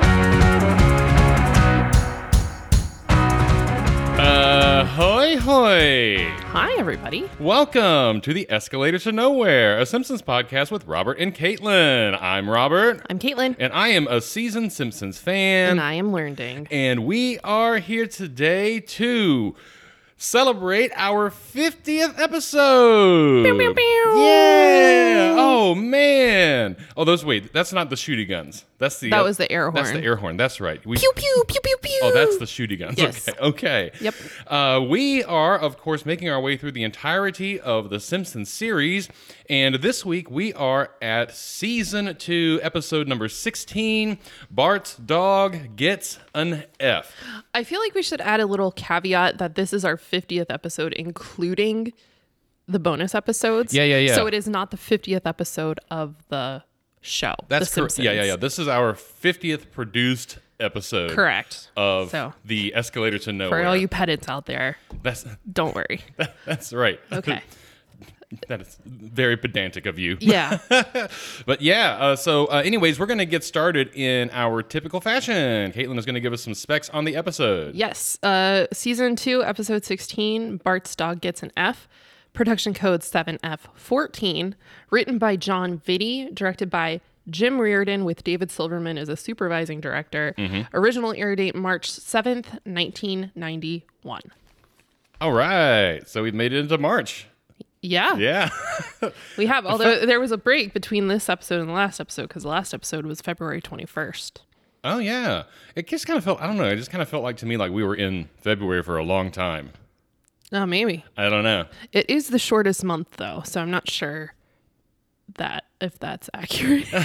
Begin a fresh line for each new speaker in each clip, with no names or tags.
Uh, Ahoy!
Hi, everybody.
Welcome to the Escalator to Nowhere, a Simpsons podcast with Robert and Caitlin. I'm Robert,
I'm Caitlin,
and I am a seasoned Simpsons fan.
and I am learning.
And we are here today to celebrate our 50th episode.
pew, pew.
Yeah. Oh man. Oh, those wait, that's not the shooty guns. That's the
That was the air
That's the
horn.
air horn. That's right. We
Pew pew pew pew pew.
Oh, that's the shooty guns.
Yes.
Okay. Okay.
Yep.
Uh, we are, of course, making our way through the entirety of the Simpsons series, and this week we are at season two, episode number sixteen. Bart's dog gets an F.
I feel like we should add a little caveat that this is our 50th episode, including the bonus episodes.
Yeah, yeah, yeah.
So it is not the 50th episode of the show.
That's
the
correct.
Simpsons.
Yeah, yeah, yeah. This is our fiftieth produced episode.
Correct.
Of
So.
the escalator to nowhere.
For all you pedants out there,
that's
don't worry.
that's right.
Okay.
that is very pedantic of you.
Yeah.
But yeah, uh, so uh, anyways, we're going to get started in our typical fashion. Caitlin is going to give us some specs on the episode.
Yes. Uh, season two, episode 16 Bart's Dog Gets an F. Production code 7F14. Written by John Vitti, directed by Jim Reardon, with David Silverman as a supervising director. Original air date March 7th, 1991.
All right, so we've made it into March.
Yeah,
Yeah.
we have. Although there was a break between this episode and the last episode because the last episode was February 21st.
oh yeah. It just kind of felt. I don't know. It just kind of felt like to me like we were in February for a long time.
Oh, maybe.
I don't know.
It is the shortest month, though, so I'm not sure that if that's accurate.
no,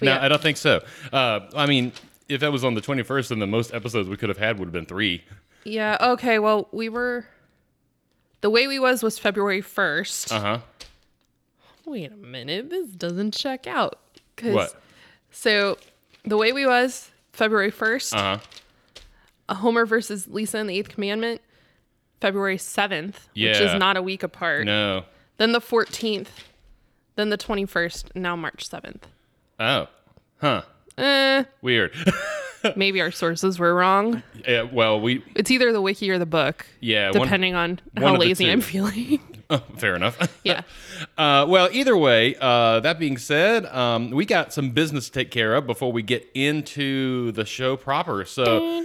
yeah.
I don't think so. Uh, I mean, if that was on the twenty first, then the most episodes we could have had would have been three.
Yeah, okay. Well, we were the way we was was February 1st.
Uh huh.
Wait a minute. This doesn't check out. 'Cause-
What?
So, the way we was February 1st,
Uh huh.
a Homer versus Lisa in the 8th commandment, February 7th, which
Yeah.
is not a week apart.
No.
Then the 14th, then the 21st, now March 7th.
Oh. Huh.
Eh,
Weird.
maybe our sources were wrong.
yeah, well, we
It's either the wiki or the book,
yeah. one-
depending on
one
how
of the
lazy
two.
I'm feeling.
Oh, fair enough.
yeah.
Uh, well, either way, uh, that being said, um, we got some business to take care of before we get into the show proper. So,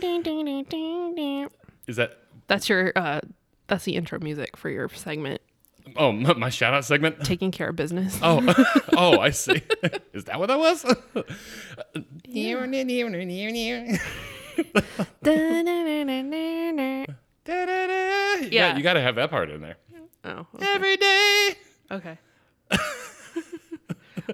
is that
That's your uh that's the intro music for your segment,
oh my, my shout out segment?
taking care of business.
Oh, oh, I see. Is that what that was?
oh,
yeah,
Yeah.
you got to have that part in there
okay.
every day.
Oh, okay.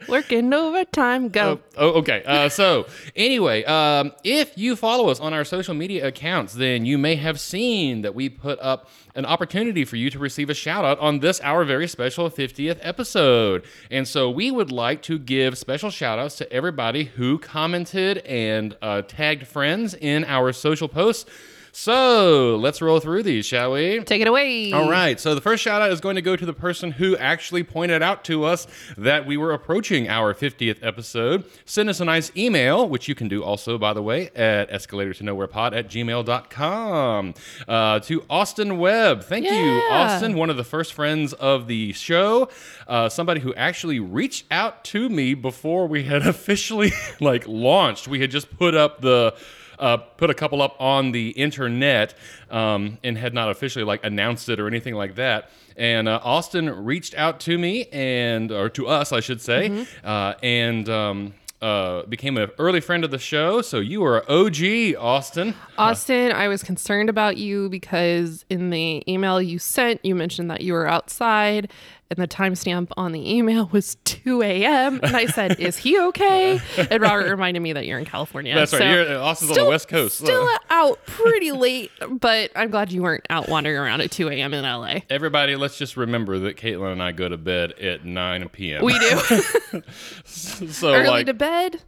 Working overtime, go.
Oh, okay. Uh, so, anyway, um, if you follow us on our social media accounts, then you may have seen that we put up an opportunity for you to receive a shout out on this, our very special 50th episode. And so, we would like to give special shout outs to everybody who commented and uh, tagged friends in our social posts. So, let's roll through these, shall we?
Take it away.
All right. So the first shout out is going to go to the person who actually pointed out to us that we were approaching our 50th episode. Send us a nice email, which you can do also, by the way, at escalator to nowherepod at gmail.com. Uh, to Austin Webb. Thank you,
Yeah.
Austin, one of the first friends of the show. Uh, somebody who actually reached out to me before we had officially like launched. We had just put up the uh, put a couple up on the internet um, and had not officially like announced it or anything like that. And uh, Austin reached out to me and or to us, I should say,
Mm-hmm.
uh, and um, uh, became an early friend of the show. So you are OG, Austin.
Austin, I was concerned about you because in the email you sent, you mentioned that you were outside and the timestamp on the email was 2 a.m. And I said, Is he okay? And Robert reminded me that you're in California.
That's right.
So-
You're, uh, Austin's on the West Coast.
Still out pretty late, but I'm glad you weren't out wandering around at 2 a.m. in LA.
Everybody, let's just remember that Caitlin and I go to bed at 9 p.m.
We do.
so
Early
like um,
to bed,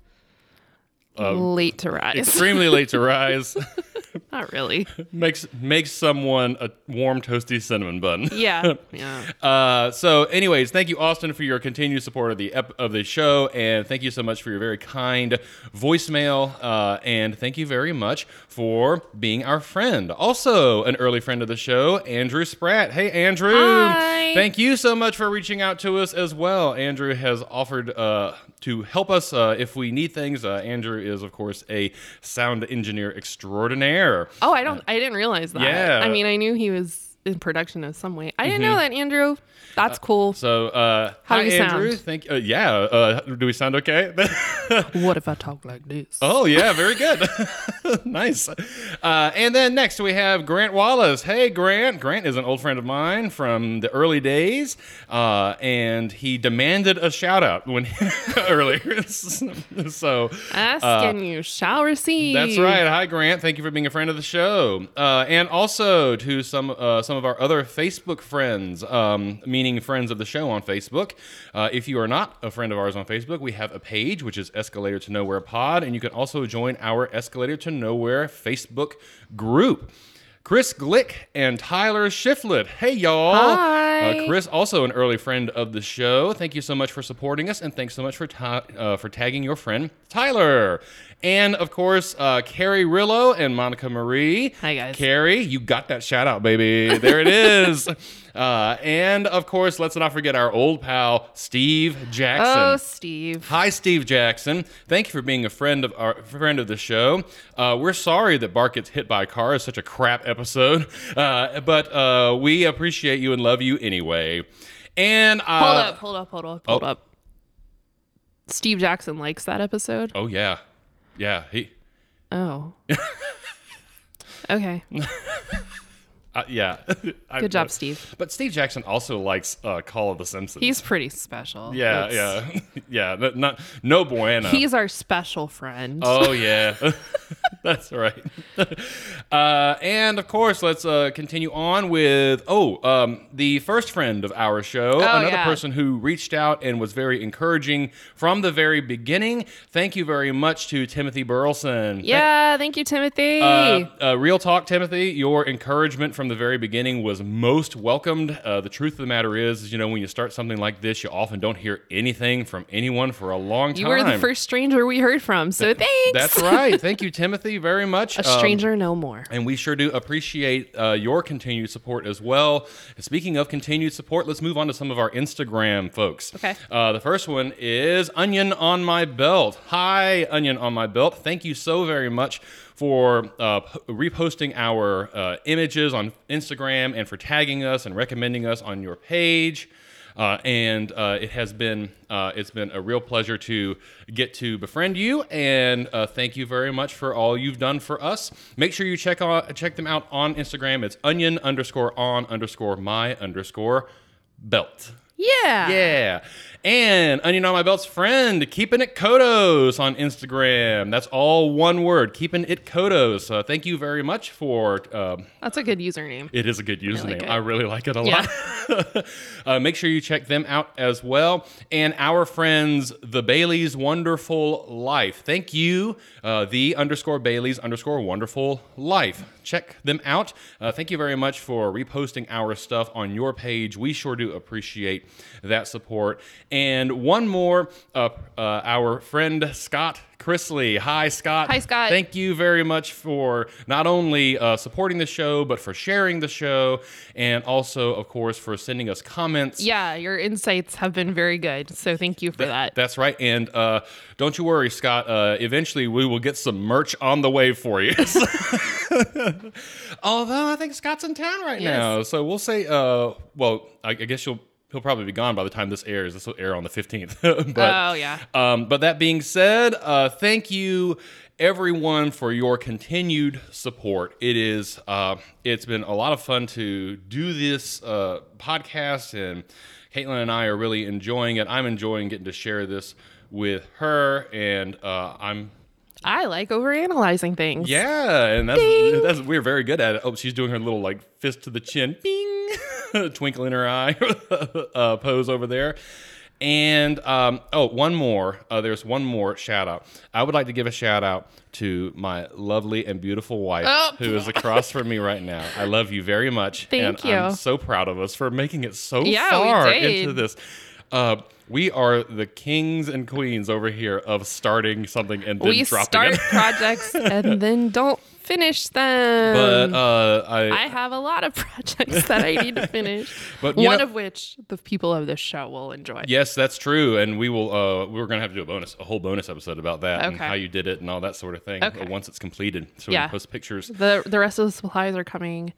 late to rise.
extremely late to rise.
Not really.
makes makes someone a warm toasty cinnamon bun.
Yeah. Yeah.
Uh, so, anyways, thank you, Austin, for your continued support of the ep- of the show, and thank you so much for your very kind voicemail, uh, and thank you very much for being our friend. Also, an early friend of the show, Andrew Spratt. Hey, Andrew.
Hi.
Thank you so much for reaching out to us as well. Andrew has offered uh, to help us uh, if we need things. Uh, Andrew is, of course, a sound engineer extraordinaire.
Oh, I don't. I didn't realize that.
Yeah. Mm-hmm.
I mean, I knew he was in production in some way. I didn't know that, Andrew. That's cool.
So, uh,
How
hi,
do you
Andrew.
sound?
Thank uh, yeah. Uh, do we sound okay?
What if I talk like this?
oh yeah, very good. nice. Uh, and then next we have Grant Wallace. Hey, Grant. Grant is an old friend of mine from the early days, uh, and he demanded a shout out when earlier. so
Asking you shall receive.
uh, that's right. Hi, Grant. Thank you for being a friend of the show, uh, and also to some uh, some of our other Facebook friends, um, meaning friends of the show on Facebook. Uh, if you are not a friend of ours on Facebook, we have a page which is Escalator to Nowhere Pod, and you can also join our Escalator to Nowhere Facebook group. Chris Glick and Tyler Shiflett. Hey, y'all.
Hi.
Uh, Chris, also an early friend of the show. Thank you so much for supporting us, and thanks so much for ta- uh, for tagging your friend Tyler. And of course, uh, Carrie Rillo and Monica Marie.
Hi, guys.
Carrie, you got that shout out, baby. There it is. Uh, and of course, let's not forget our old pal Steve Jackson.
Oh, Steve.
Hi, Steve Jackson. Thank you for being a friend of our friend of the show. Uh, we're sorry that Bart gets hit by a car is such a crap episode, uh, but uh, we appreciate you and love you anyway. And uh, oh.
Hold up. Hold up. Hold up. Hold up. Steve Jackson likes that episode.
Oh yeah, yeah. He,
Oh. okay.
uh, yeah. I-
Good job, Steve.
But Steve Jackson also likes uh, Call of the Simpsons.
He's pretty special.
yeah,
It's-
yeah, yeah. Not, not no bueno.
He's our special friend.
Oh yeah, that's right. Uh, and of course, let's uh, continue on with oh, um, the first friend of our show, another
Oh, yeah.
person who reached out and was very encouraging from the very beginning. Thank you very much to Timothy Burleson. Thank-
Yeah. Thank you, Timothy.
uh, uh, real talk, Timothy. Your encouragement from the very beginning was most welcomed. Uh, the truth of the matter is, is, you know, when you start something like this, you often don't hear anything from anyone for a long time.
you were the first stranger we heard from, so thanks.
That's um, right. Thank you, Timothy, very much.
A stranger no more.
And we sure do appreciate uh, your continued support as well. And speaking of continued support, let's move on to some of our Instagram folks.
Okay.
Uh, the first one is Onion on My Belt. Hi, Onion on My Belt. Thank you so very much for uh, p- reposting our uh, images on Instagram and for tagging us and recommending us on your page. Uh, and uh, it has been uh, it's been a real pleasure to get to befriend you, and uh, thank you very much for all you've done for us. Make sure you check on, check them out on Instagram. It's onion underscore on underscore my underscore belt.
Yeah.
Yeah. And Onion on My Belt's friend, Keeping It Kodos on Instagram. That's all one word, Keeping It Kodos. Uh, thank you very much for. Um,
That's a good username.
it is a good username.
it.
I really like it a lot. uh, make sure you check them out as well. And our friends, The Bailey's Wonderful Life. Thank you, uh, The underscore Bailey's underscore Wonderful Life. Check them out. Uh, thank you very much for reposting our stuff on your page. We sure do appreciate that support. And one more, uh, uh, our friend Scott Chrisley. Hi, Scott.
Hi, Scott.
Thank thank you very much for not only uh, supporting the show, but for sharing the show, and also, of course, for sending us comments.
Yeah, your insights have been very good. So thank you for that.
That's right. And uh, don't you worry, Scott. Uh, eventually, we will get some merch on the way for you. Although I think Scott's in town right now, so we'll say. Uh, well, I, I guess you'll. He'll probably be gone by the time this airs. This will air on the 15th. but,
Oh, yeah.
Um, but that being said, uh, thank you everyone for your continued support. It is uh, it's been a lot of fun to do this uh, podcast, and Caitlin and I are really enjoying it. I'm enjoying getting to share this with her, and uh, I'm
I like overanalyzing things.
yeah, and that's, that's we're very good at it. Oh, she's doing her little like fist to the chin, bing, twinkle in her eye uh, pose over there. And um, oh, one more. Uh, there's one more shout out. I would like to give a shout out to my lovely and beautiful wife
Oh.
who is across from me right now. I love you very much.
Thank
and I'm
you.
so proud of us for making it so
Yeah, we
far
did.
into this. Uh, we are the kings and queens over here of starting something and then
we
dropping
start
it.
projects and then don't finish them.
But uh, I,
Um, I have a lot of projects that I need to finish.
But, you
one
know-
of which the people of this show will enjoy.
Yes, that's true, and we will. Uh, we're going to have to do a bonus, a whole bonus episode about that and
Okay.
how you did it and all that sort of thing.
Okay.
uh, Once it's completed, so we
Yeah.
can post pictures.
The the rest of the supplies are coming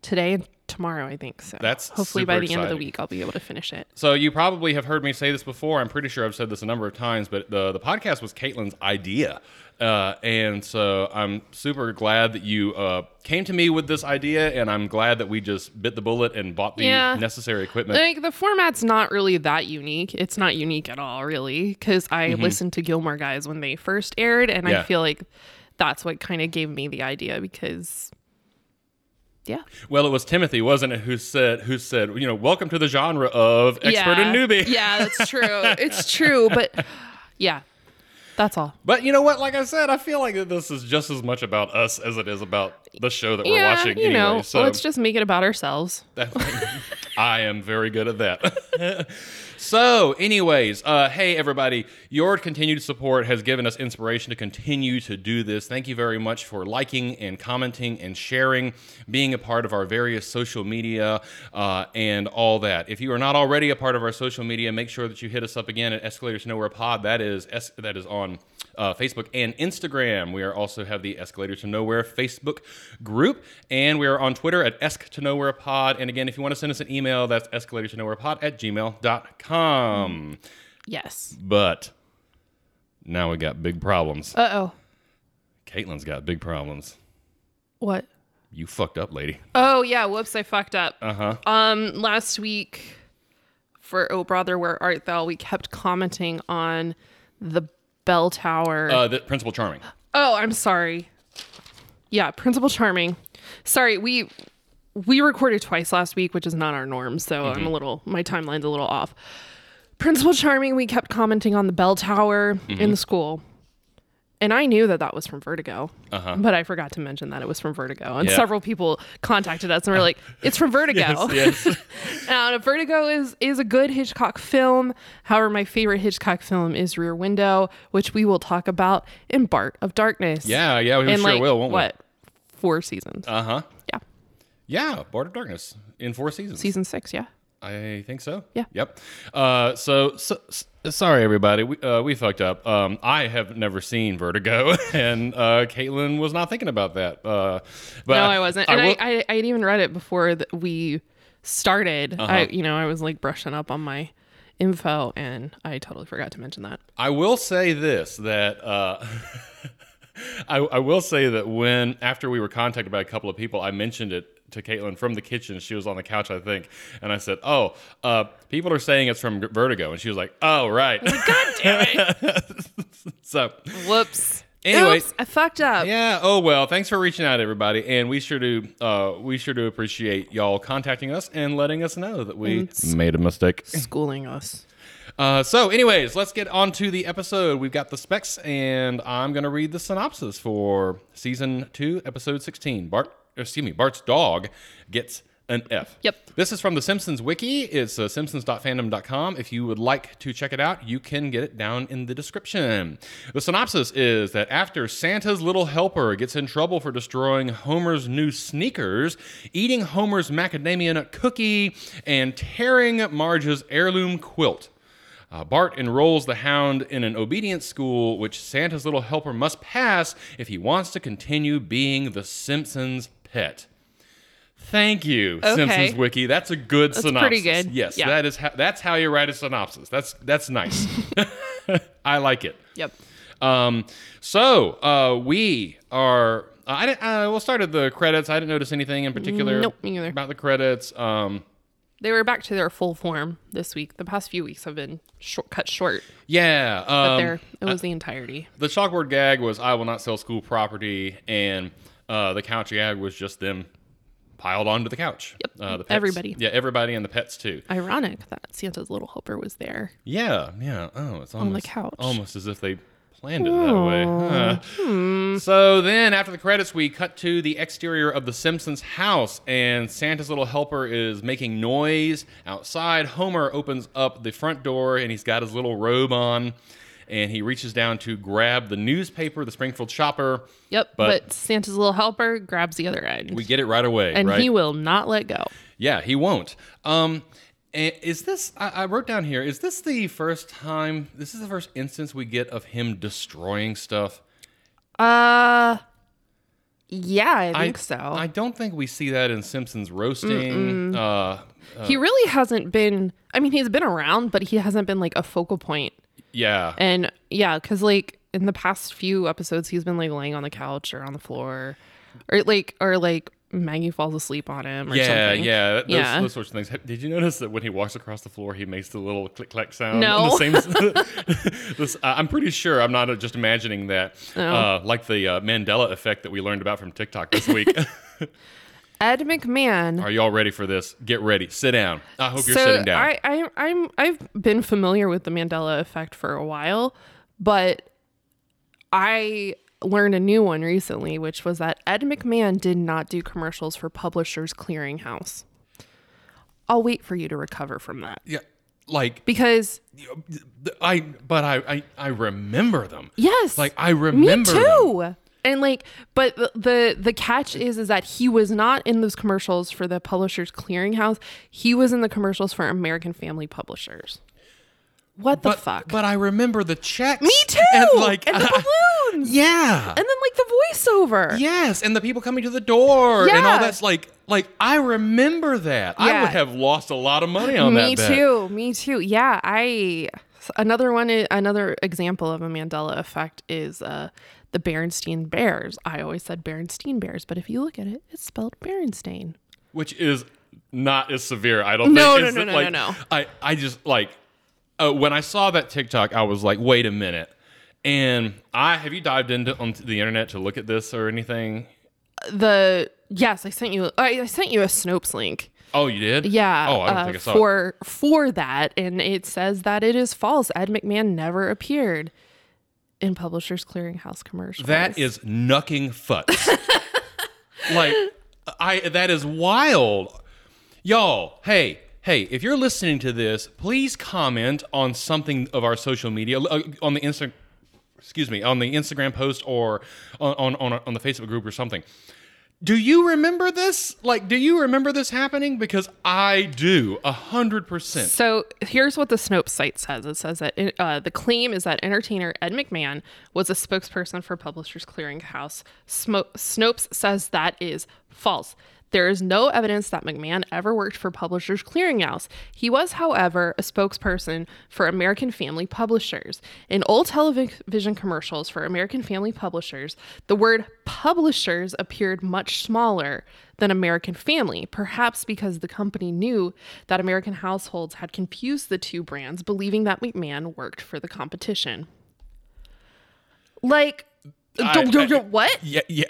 today and tomorrow, I think. So
That's
hopefully
super
by the end of
exciting.
the week I'll be able to finish it.
So you probably have heard me say this before. I'm pretty sure I've said this a number of times, but the the podcast was Caitlin's idea, uh, and so I'm super glad that you uh, came to me with this idea, and I'm glad that we just bit the bullet and bought the
Yeah.
necessary equipment.
Like the format's not really that unique. It's not unique at all, really, because I listened to Gilmore Guys when they first aired, and
Mm-hmm. Yeah.
I feel like that's what kind of gave me the idea because, yeah,
Well, it was Timothy, wasn't it, who said who said you know, welcome to the genre of expert
yeah.
and newbie.
Yeah, that's true. it's true, but yeah, that's all.
But you know what? Like I said, I feel like that this is just as much about us as it is about the show that we're
yeah,
watching.
you
anyway,
know,
so
let's just make it about ourselves.
that- I am very good at that. so, anyways, uh, hey everybody, your continued support has given us inspiration to continue to do this. Thank you very much for liking and commenting and sharing, being a part of our various social media uh, and all that. If you are not already a part of our social media, make sure that you hit us up again at Escalators Nowhere Pod. That is es- that is on uh, Facebook and Instagram. We are also have the Escalator to Nowhere Facebook group, and we are on Twitter at Esc to Nowhere Pod. And again, if you want to send us an email, that's Escalator to Nowhere Pod at gmail.com.
Yes.
But now we got big problems.
Uh oh.
Caitlin's got big problems.
What?
You fucked up, lady.
Oh yeah. Whoops, I fucked up. Uh huh. Um, last week for Oh Brother, Where Art Thou? We kept commenting on the bell tower.
Uh, the, Principal Charming.
oh, I'm sorry. Yeah, Principal Charming. Sorry, we we recorded twice last week, which is not our norm. So I'm
Mm-hmm.
a little my timeline's a little off. Principal Charming, we kept commenting on the bell tower
Mm-hmm.
in the school. And I knew that that was from Vertigo, but I forgot to mention that it was from Vertigo. And
Uh-huh. Yeah.
several people contacted us and were like, "It's from Vertigo."
Yes.
Uh, Vertigo is is a good Hitchcock film. However, my favorite Hitchcock film is Rear Window, which we will talk about in Bart of Darkness.
yeah, yeah, we
in
sure
like,
will, won't
what four seasons?
we? Uh huh.
yeah,
Yeah, Board of Darkness in four seasons.
season six. Yeah,
I think so.
Yeah.
Yep. Uh, so, so, s sorry everybody, we uh, we fucked up. Um, I have never seen Vertigo, and uh, Caitlin was not thinking about that. Uh, but
no, I wasn't, and I
will-
I, I, had even read it before that we started. I you know I was like brushing up on my info, and I totally forgot to mention that.
I will say this that uh, I, I will say that when after we were contacted by a couple of people, I mentioned it to Caitlin from the kitchen. She was on the couch, I think, and I said, "Oh, uh, people are saying it's from Vertigo," and she was like, "Oh, right." God damn it! so.
Whoops.
Anyway-
Oops, I fucked up.
Yeah. Oh well. Thanks for reaching out, everybody, and we sure do. Uh, we sure do appreciate y'all contacting us and letting us know that we Mm-hmm. made a mistake.
Schooling us.
Uh, so, anyways, let's get on to the episode. We've got the specs, and I'm gonna read the synopsis for season two, episode sixteen. Bart, or excuse me, Bart's dog gets an F.
Yep.
This is from the Simpsons wiki. It's uh, simpsons.fandom.com. If you would like to check it out, you can get it down in the description. The synopsis is that after Santa's little helper gets in trouble for destroying Homer's new sneakers, eating Homer's macadamia nut cookie, and tearing Marge's heirloom quilt. Uh, Bart enrolls the hound in an obedience school, which Santa's little helper must pass if he wants to continue being the Simpsons' pet. Thank you,
Okay.
Simpsons Wiki. That's a good synopsis.
pretty good.
Yes,
Yeah.
that is how, that's how you write a synopsis. That's that's nice. I like it.
Yep.
Um, so uh, we are. I, didn't- uh, we'll start at the credits. I didn't notice anything in particular
Nope, me neither.
about the credits. Um,
They were back to their full form this week. The past few weeks have been short, cut short,
yeah,
but
um,
there it was the entirety.
the chalkboard gag was I will not sell school property, and uh, the couch gag was just them piled onto the couch. Yep. the pets.
Everybody.
Yeah, everybody and the pets too.
Ironic that Santa's little helper was there.
Yeah, yeah. Oh, it's almost,
couch. Oh,
Almost as if they planned it that way. Huh.
hmm.
So then, after the credits, we cut to the exterior of the Simpsons' house, and Santa's little helper is making noise outside. Homer opens up the front door, and he's got his little robe on, and he reaches down to grab the newspaper, the Springfield Chopper.
Yep,
But-
but, Santa's little helper grabs the other end.
We get it right away,
and
right?
he will not let go.
Yeah, he won't. Um, and is this? I, I wrote down here. Is this the first time? This is the first instance we get of him destroying stuff.
Uh yeah, I think so.
I don't think we see that in Simpsons roasting. Uh,
he really hasn't been I mean, he's been around, but he hasn't been like a focal point.
yeah,
And yeah, cuz like in the past few episodes he's been like laying on the couch or on the floor or like or like Maggie falls asleep on him or
yeah,
something.
yeah, that- those,
Yeah.
those sorts of things. Did you notice that when he walks across the floor, he makes the little click clack sound? The
No.
same, this, uh, I'm pretty sure. I'm not just imagining that. Uh, like the uh, Mandela effect that we learned about from TikTok this week.
Ed McMahon.
Are y'all ready for this? Get ready. Sit down. I hope you're
so
sitting down.
I, I I'm I've been familiar with the Mandela effect for a while, but I learned a new one recently, which was that Ed McMahon did not do commercials for Publishers Clearinghouse. I'll wait for you to recover from that
yeah, like
because
I, but I, I, I remember them.
yes,
Like I remember.
me
them.
too. And like, but the, the the catch is is that he was not in those commercials for the Publishers Clearinghouse. He was in the commercials for American Family Publishers. What the
But,
fuck?
but I remember the checks.
Me too.
And like,
and the balloons.
yeah.
And then like the voiceover.
Yes, and the people coming to the door and all
Yeah.
that's like like I remember that. I
Yeah.
would have lost a lot of money on
Me
Oh, that. bet.
too. Me too. Yeah, I another one i- another example of a Mandela effect is uh the Berenstain Bears. I always said Berenstain Bears, but if you look at it, it's spelled Berenstain.
Which is not as severe. I don't
No,
think.
no,
It's
no,
that,
no, no,
like,
no.
I I just like uh, when I saw that TikTok, I was like, wait a minute. And I have you dived into onto the internet to look at this or anything?
The yes, I sent you I, I sent you a Snopes link.
Oh, you did?
Yeah.
Oh, I don't
uh,
think I saw it.
for for that and it says that it is false. Ed McMahon never appeared in Publishers Clearinghouse commercials.
That is knucking futs. like I that is wild. Y'all, hey, hey, if you're listening to this, please comment on something of our social media uh, on the Insta excuse me, on the Instagram post or on on on, on the Facebook group or something. Do you remember this? Like, do you remember this happening? Because I do, a hundred percent.
So here's what the Snopes site says. It says that uh, the claim is that entertainer Ed McMahon was a spokesperson for Publishers Clearinghouse. Smo- Snopes says that is false. There is no evidence that McMahon ever worked for Publishers Clearinghouse. He was, however, a spokesperson for American Family Publishers. In old television commercials for American Family Publishers, the word publishers appeared much smaller than American Family, perhaps because the company knew that American households had confused the two brands, believing that McMahon worked for the competition. Like,
I-
don't- don't-
I-
don't- what?
Yeah, yeah.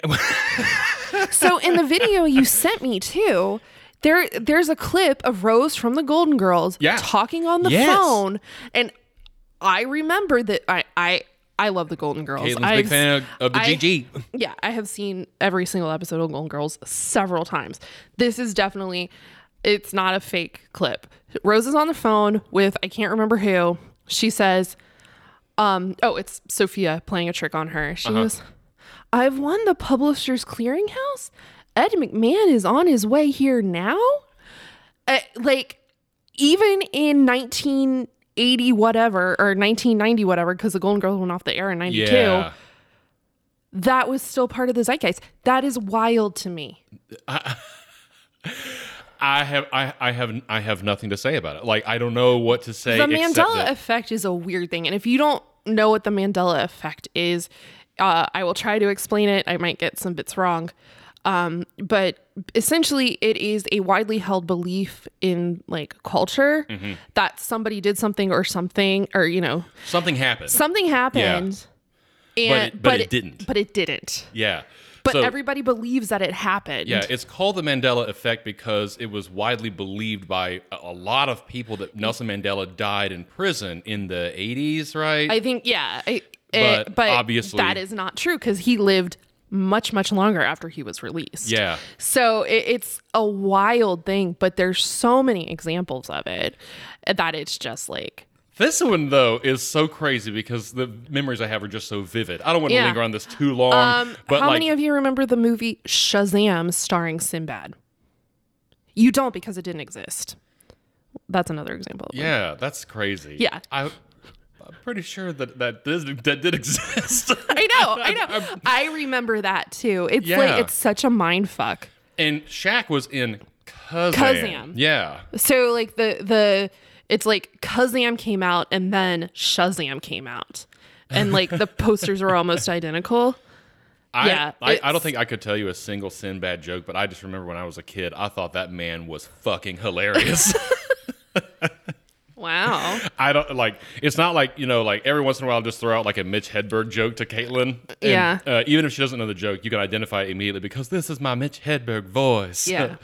So in the video you sent me too, there there's a clip of Rose from the Golden Girls
Yeah.
talking on the
Yes.
phone, and I remember that I I I love the Golden Girls.
Caitlin's
I've-
big fan of, of the
I-
GG.
yeah, I have seen every single episode of Golden Girls several times. This is definitely it's not a fake clip. Rose is on the phone with I can't remember who. She says, um, oh, it's Sophia playing a trick on her. She goes, I've won the publisher's clearinghouse. Ed McMahon is on his way here now. Uh, like, even in 1980, whatever, or 1990, whatever, because the Golden Girls went off the air in 92
Yeah.
that was still part of the zeitgeist. That is wild to me.
I have I, I have I have nothing to say about it. Like I don't know what to say.
The
except
Mandela
that-
effect is a weird thing. And if you don't know what the Mandela effect is, uh, I will try to explain it. I might get some bits wrong. Um, but essentially, it is a widely held belief in like culture
Mm-hmm.
that somebody did something or something, or, you know,
something happened.
something happened.
it-
And,
but it didn't.
But it didn't.
yeah.
but
So-
everybody believes that it happened.
Yeah, it's called the Mandela effect because it was widely believed by a- a lot of people that Nelson Mandela died in prison in the 80s, right?
I think yeah, I,
But
it- but
obviously-
that is not true because he lived much much longer after he was released.
yeah.
So it, it's a wild thing, but there's so many examples of it that it's just like
This one, though, is so crazy because the memories I have are just so vivid. I don't want to
Yeah.
linger on this too long.
Um,
but
how
like,
many of you remember the movie Shazam starring Sinbad? You don't because it didn't exist. That's another example. of one.
Yeah, that's crazy.
Yeah.
I, I'm pretty sure that that, this, that did exist.
I know, I know. I remember that too. It's
Yeah.
like it's such a mind fuck.
and Shaq was in Kazam.
Kazam.
Yeah.
So like the the it's like Kazam came out and then Shazam came out. And like the posters are almost identical.
I,
Yeah,
I, I
it's-
don't think I could tell you a single Sinbad joke, but I just remember when I was a kid, I thought that man was fucking hilarious.
Wow.
I don't like. It's not like you know, like every once in a while, I'll just throw out like a Mitch Hedberg joke to Caitlin. And,
Yeah.
Uh, even if she doesn't know the joke, you can identify it immediately because this is my Mitch Hedberg voice.
Yeah.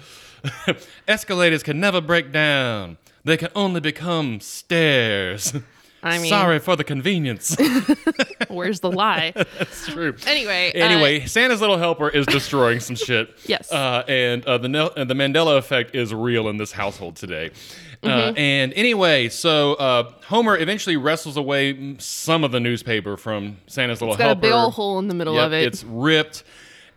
Escalators can never break down. They can only become stairs.
I mean-
sorry for the convenience.
Where's the lie?
That's true.
Anyway, uh,
Anyway, Santa's Little Helper is destroying some shit.
Yes.
Uh, and uh, the Nel- and the Mandela effect is real in this household today. Uh,
Mm-hmm.
and anyway, so uh, Homer eventually wrestles away m- some of the newspaper from Santa's Little
it's got a
Helper.
big ol' hole in the middle
Yep,
of it.
It's ripped.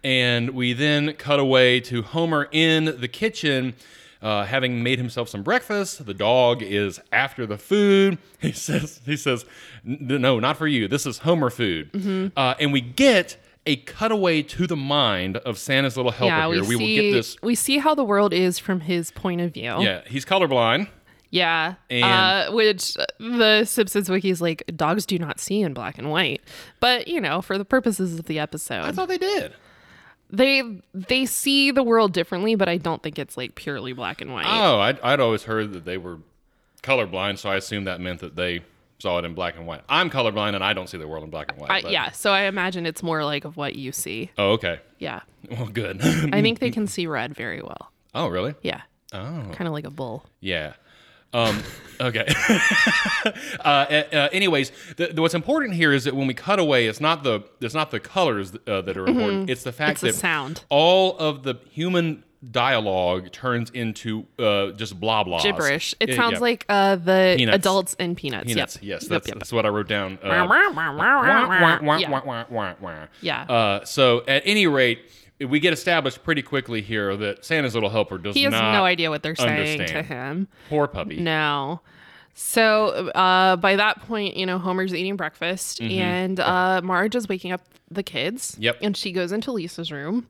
And we then cut away to Homer in the kitchen. Uh, having made himself some breakfast, the dog is after the food. He says, "He says, "N- no, not for you. This is Homer food."
Mm-hmm.
Uh, and we get a cutaway to the mind of Santa's little helper
yeah, we,
here. We
see
will get this.
we see how the world is from his point of view.
Yeah, he's colorblind.
Yeah.
And-
uh, which the Simpsons wiki is like dogs do not see in black and white, but you know, for the purposes of the
I
episode,
thought they did.
they they see the world differently, but I don't think it's like purely black and white.
Oh, I'd, I'd always heard that they were colorblind, so I assumed that meant that they saw it in black and white. I'm colorblind, and I don't see the world in black and white.
I,
but-
yeah, so I imagine it's more like of what you see.
Oh, okay.
Yeah,
Well, good.
I think they can see red very well.
oh, really?
Yeah,
Oh,
kind of like a bull.
yeah. Um, okay. uh, uh, uh, anyways, the, the, what's important here is that when we cut away, it's not the it's not the colors uh, that are important. It's the fact
Mm-hmm. It's the
that
sound.
all of the human dialogue turns into uh, just blah blah
Gibberish. It sounds like uh, the
Peanuts.
adults and peanuts.
peanuts.
Yep.
Yes,
Yep,
that's,
yep,
that's what I wrote down.
yep.
Uh,
Yeah. Yeah.
Uh, so at any rate, we get established pretty quickly here that Santa's little helper does
He has
not
no idea what they're saying to
understand.
him.
Poor puppy.
No. So uh, by that point, you know, Homer's eating breakfast and uh, Marge is waking up the kids.
Yep.
And she goes into Lisa's room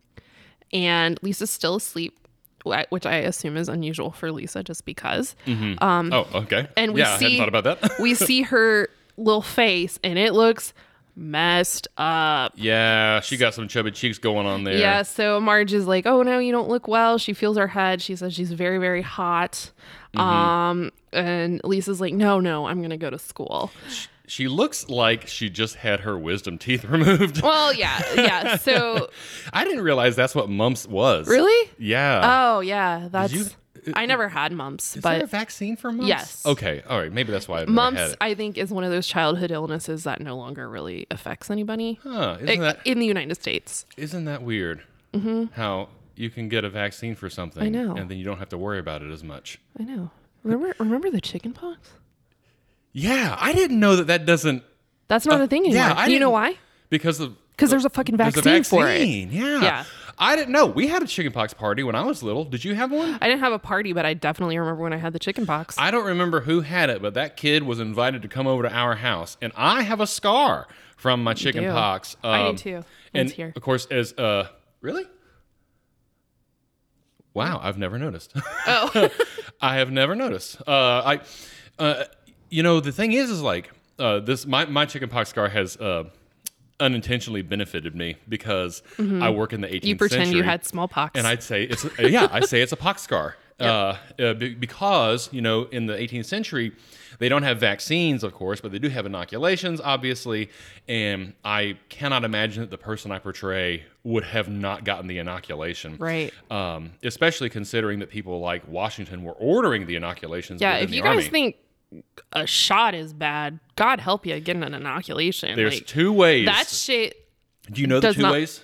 and Lisa's still asleep, wh- which I assume is unusual for Lisa just because.
oh, okay.
and we
yeah, I hadn't
see-
thought about that.
we see her little face and it looks messed up.
yeah, she got some chubby cheeks going on there.
Yeah, so Marge is like, "Oh no, you don't look well." She feels her head. She says she's very, very hot. Um, and Lisa's like, "No, no, I'm gonna go to school."
She looks like she just had her wisdom teeth removed.
Well, yeah, yeah. So
I didn't realize that's what mumps was.
really,
Yeah.
oh yeah, that's.
you- uh,
I never had mumps,
Is there a
but
vaccine for mumps?
Yes.
Okay. All right. Maybe that's why I've never had
mumps,
it.
I think, is one of those childhood illnesses that no longer really affects anybody
Huh, isn't
It-
that
in the United States.
isn't that weird? Mm-hmm. How you can get a vaccine for something
I know.
and then you don't have to worry about it as much.
I know. Remember, remember the chicken pox?
Yeah, I didn't know that that doesn't
That's not a thing anymore.
Uh, yeah, I
you know
didn't-
why?
because of
Because there's a fucking vaccine,
there's a
for it.
vaccine. Yeah.
Yeah.
I didn't know. We had a chickenpox party when I was little. Did you have one?
I didn't have a party, but I definitely remember when I had the chicken pox.
I don't remember who had it, but that kid was invited to come over to our house, and I have a scar from my chickenpox. Um,
I do too. Mine's
and
here.
of course, as uh, really. Wow, I've never noticed.
oh,
I have never noticed. Uh, I, uh, you know, the thing is, is like uh, this. My my chickenpox scar has uh, unintentionally benefited me because I work in the 18th
Mm-hmm. you pretend
century,
you had smallpox.
and I'd uh, say it's yeah, I say it's a pox scar. uh, uh, be- because you know in the 18th century they don't have vaccines, of course, but they do have inoculations, obviously. And I cannot imagine that the person I portray would have not gotten the inoculation,
Right.
Um, especially considering that people like Washington were ordering the inoculations.
Yeah,
within
if
the
you
army.
guys think a shot is bad, God help you getting an inoculation.
there's
like,
two ways.
that shit.
do you know the
does
two
not-
ways?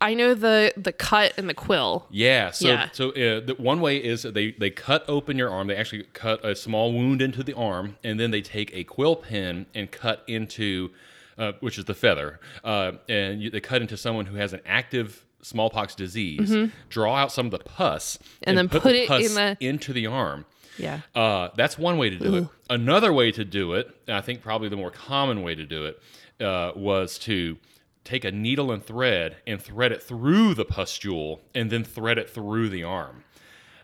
I know the the cut and the quill.
Yeah. So,
Yeah.
so uh, the one way is that they they cut open your arm. They actually cut a small wound into the arm, and then they take a quill pen and cut into, uh, which is the feather, uh, and you, they cut into someone who has an active smallpox disease. Draw out some of the pus,
Mm-hmm. And then put it in the-
into the arm.
Yeah.
Uh, that's one way to do
Mm-hmm.
it. Another way to do it, and I think probably the more common way to do it, uh, was to take a needle and thread and thread it through the pustule and then thread it through the arm.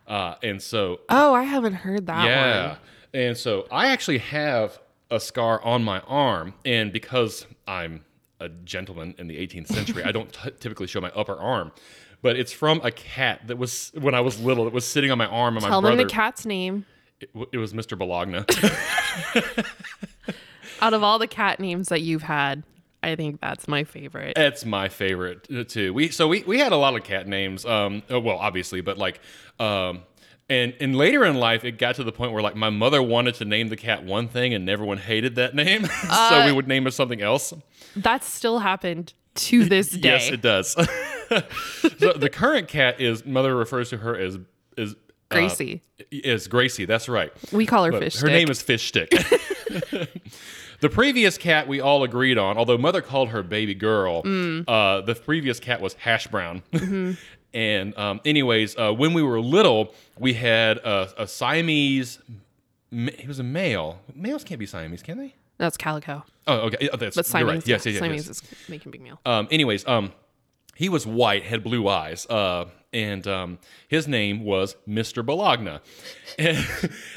Uh, and so,
Oh, I haven't heard that
yeah.
one.
And so I actually have a scar on my arm, and because I'm a gentleman in the 18th century, I don't t- typically show my upper arm. But it's from a cat that was when I was little. That was sitting on my arm, and my
Tell
brother.
them the cat's name.
It, w- it was Mr. Bologna.
Out of all the cat names that you've had, I think that's my favorite.
That's my favorite uh, too. We so we, we had a lot of cat names. Um, uh, well, obviously, but like, um, and and later in life, it got to the point where like my mother wanted to name the cat one thing, and everyone hated that name, so we would name it something else.
That's still happened to this day.
Yes, it uh, does. so the current cat is mother refers to her as is
Gracie.
is Gracie. That's right.
we call her
But
fish.
her name is Fish Stick. the previous cat we all agreed on, although mother called her baby girl,
Mm.
uh, the previous cat was Hash Brown.
Mm-hmm.
and um, anyways, uh, when we were little, we had a, a Siamese. ma- He was a male. Males can't be Siamese, can they?
That's calico.
Oh, okay. Yeah, That's, you're
But Simon's,
right. Yes, yes, yes, yes.
Simon's is making big meal.
Um, anyways, um, he was white, had blue eyes, uh, and um, his name was Mr. Bologna. And,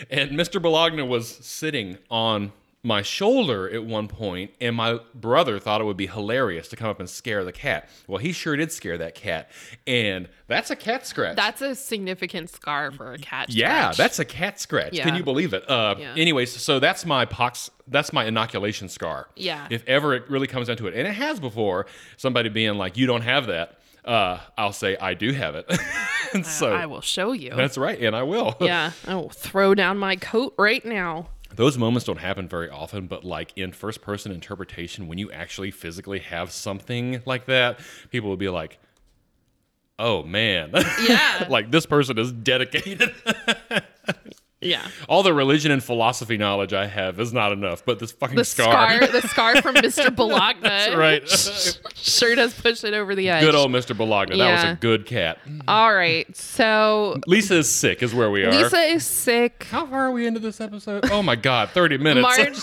and Mr. Bologna was sitting on my shoulder at one point, and my brother thought it would be hilarious to come up and scare the cat. Well, he sure did scare that cat, and that's a cat scratch.
That's a significant scar for a cat.
Yeah,
scratch.
that's a cat scratch. Can
Yeah.
you believe it? Uh,
Yeah.
Anyways, so that's my pox. That's my inoculation scar.
Yeah.
If ever it really comes down to it, and it has before, somebody being like, "You don't have that," uh, I'll say, "I do have it." and so
I will show you.
that's right, and I will.
yeah, I will throw down my coat right now.
Those moments don't happen very often, but like in first-person interpretation, when you actually physically have something like that, people will be like, "Oh man."
Yeah,
Like this person is dedicated.
yeah.
All the religion and philosophy knowledge I have is not enough, but this fucking
The
scar,
scar, the scar from Mr. Bologna,
right?
Sure does push it over the edge.
good old Mr. Bologna. That was
Yeah.
a good cat.
All right, so
Lisa is sick, is where we are.
Lisa is sick.
How far are we into this episode? Oh my God, 30 minutes.
Marge,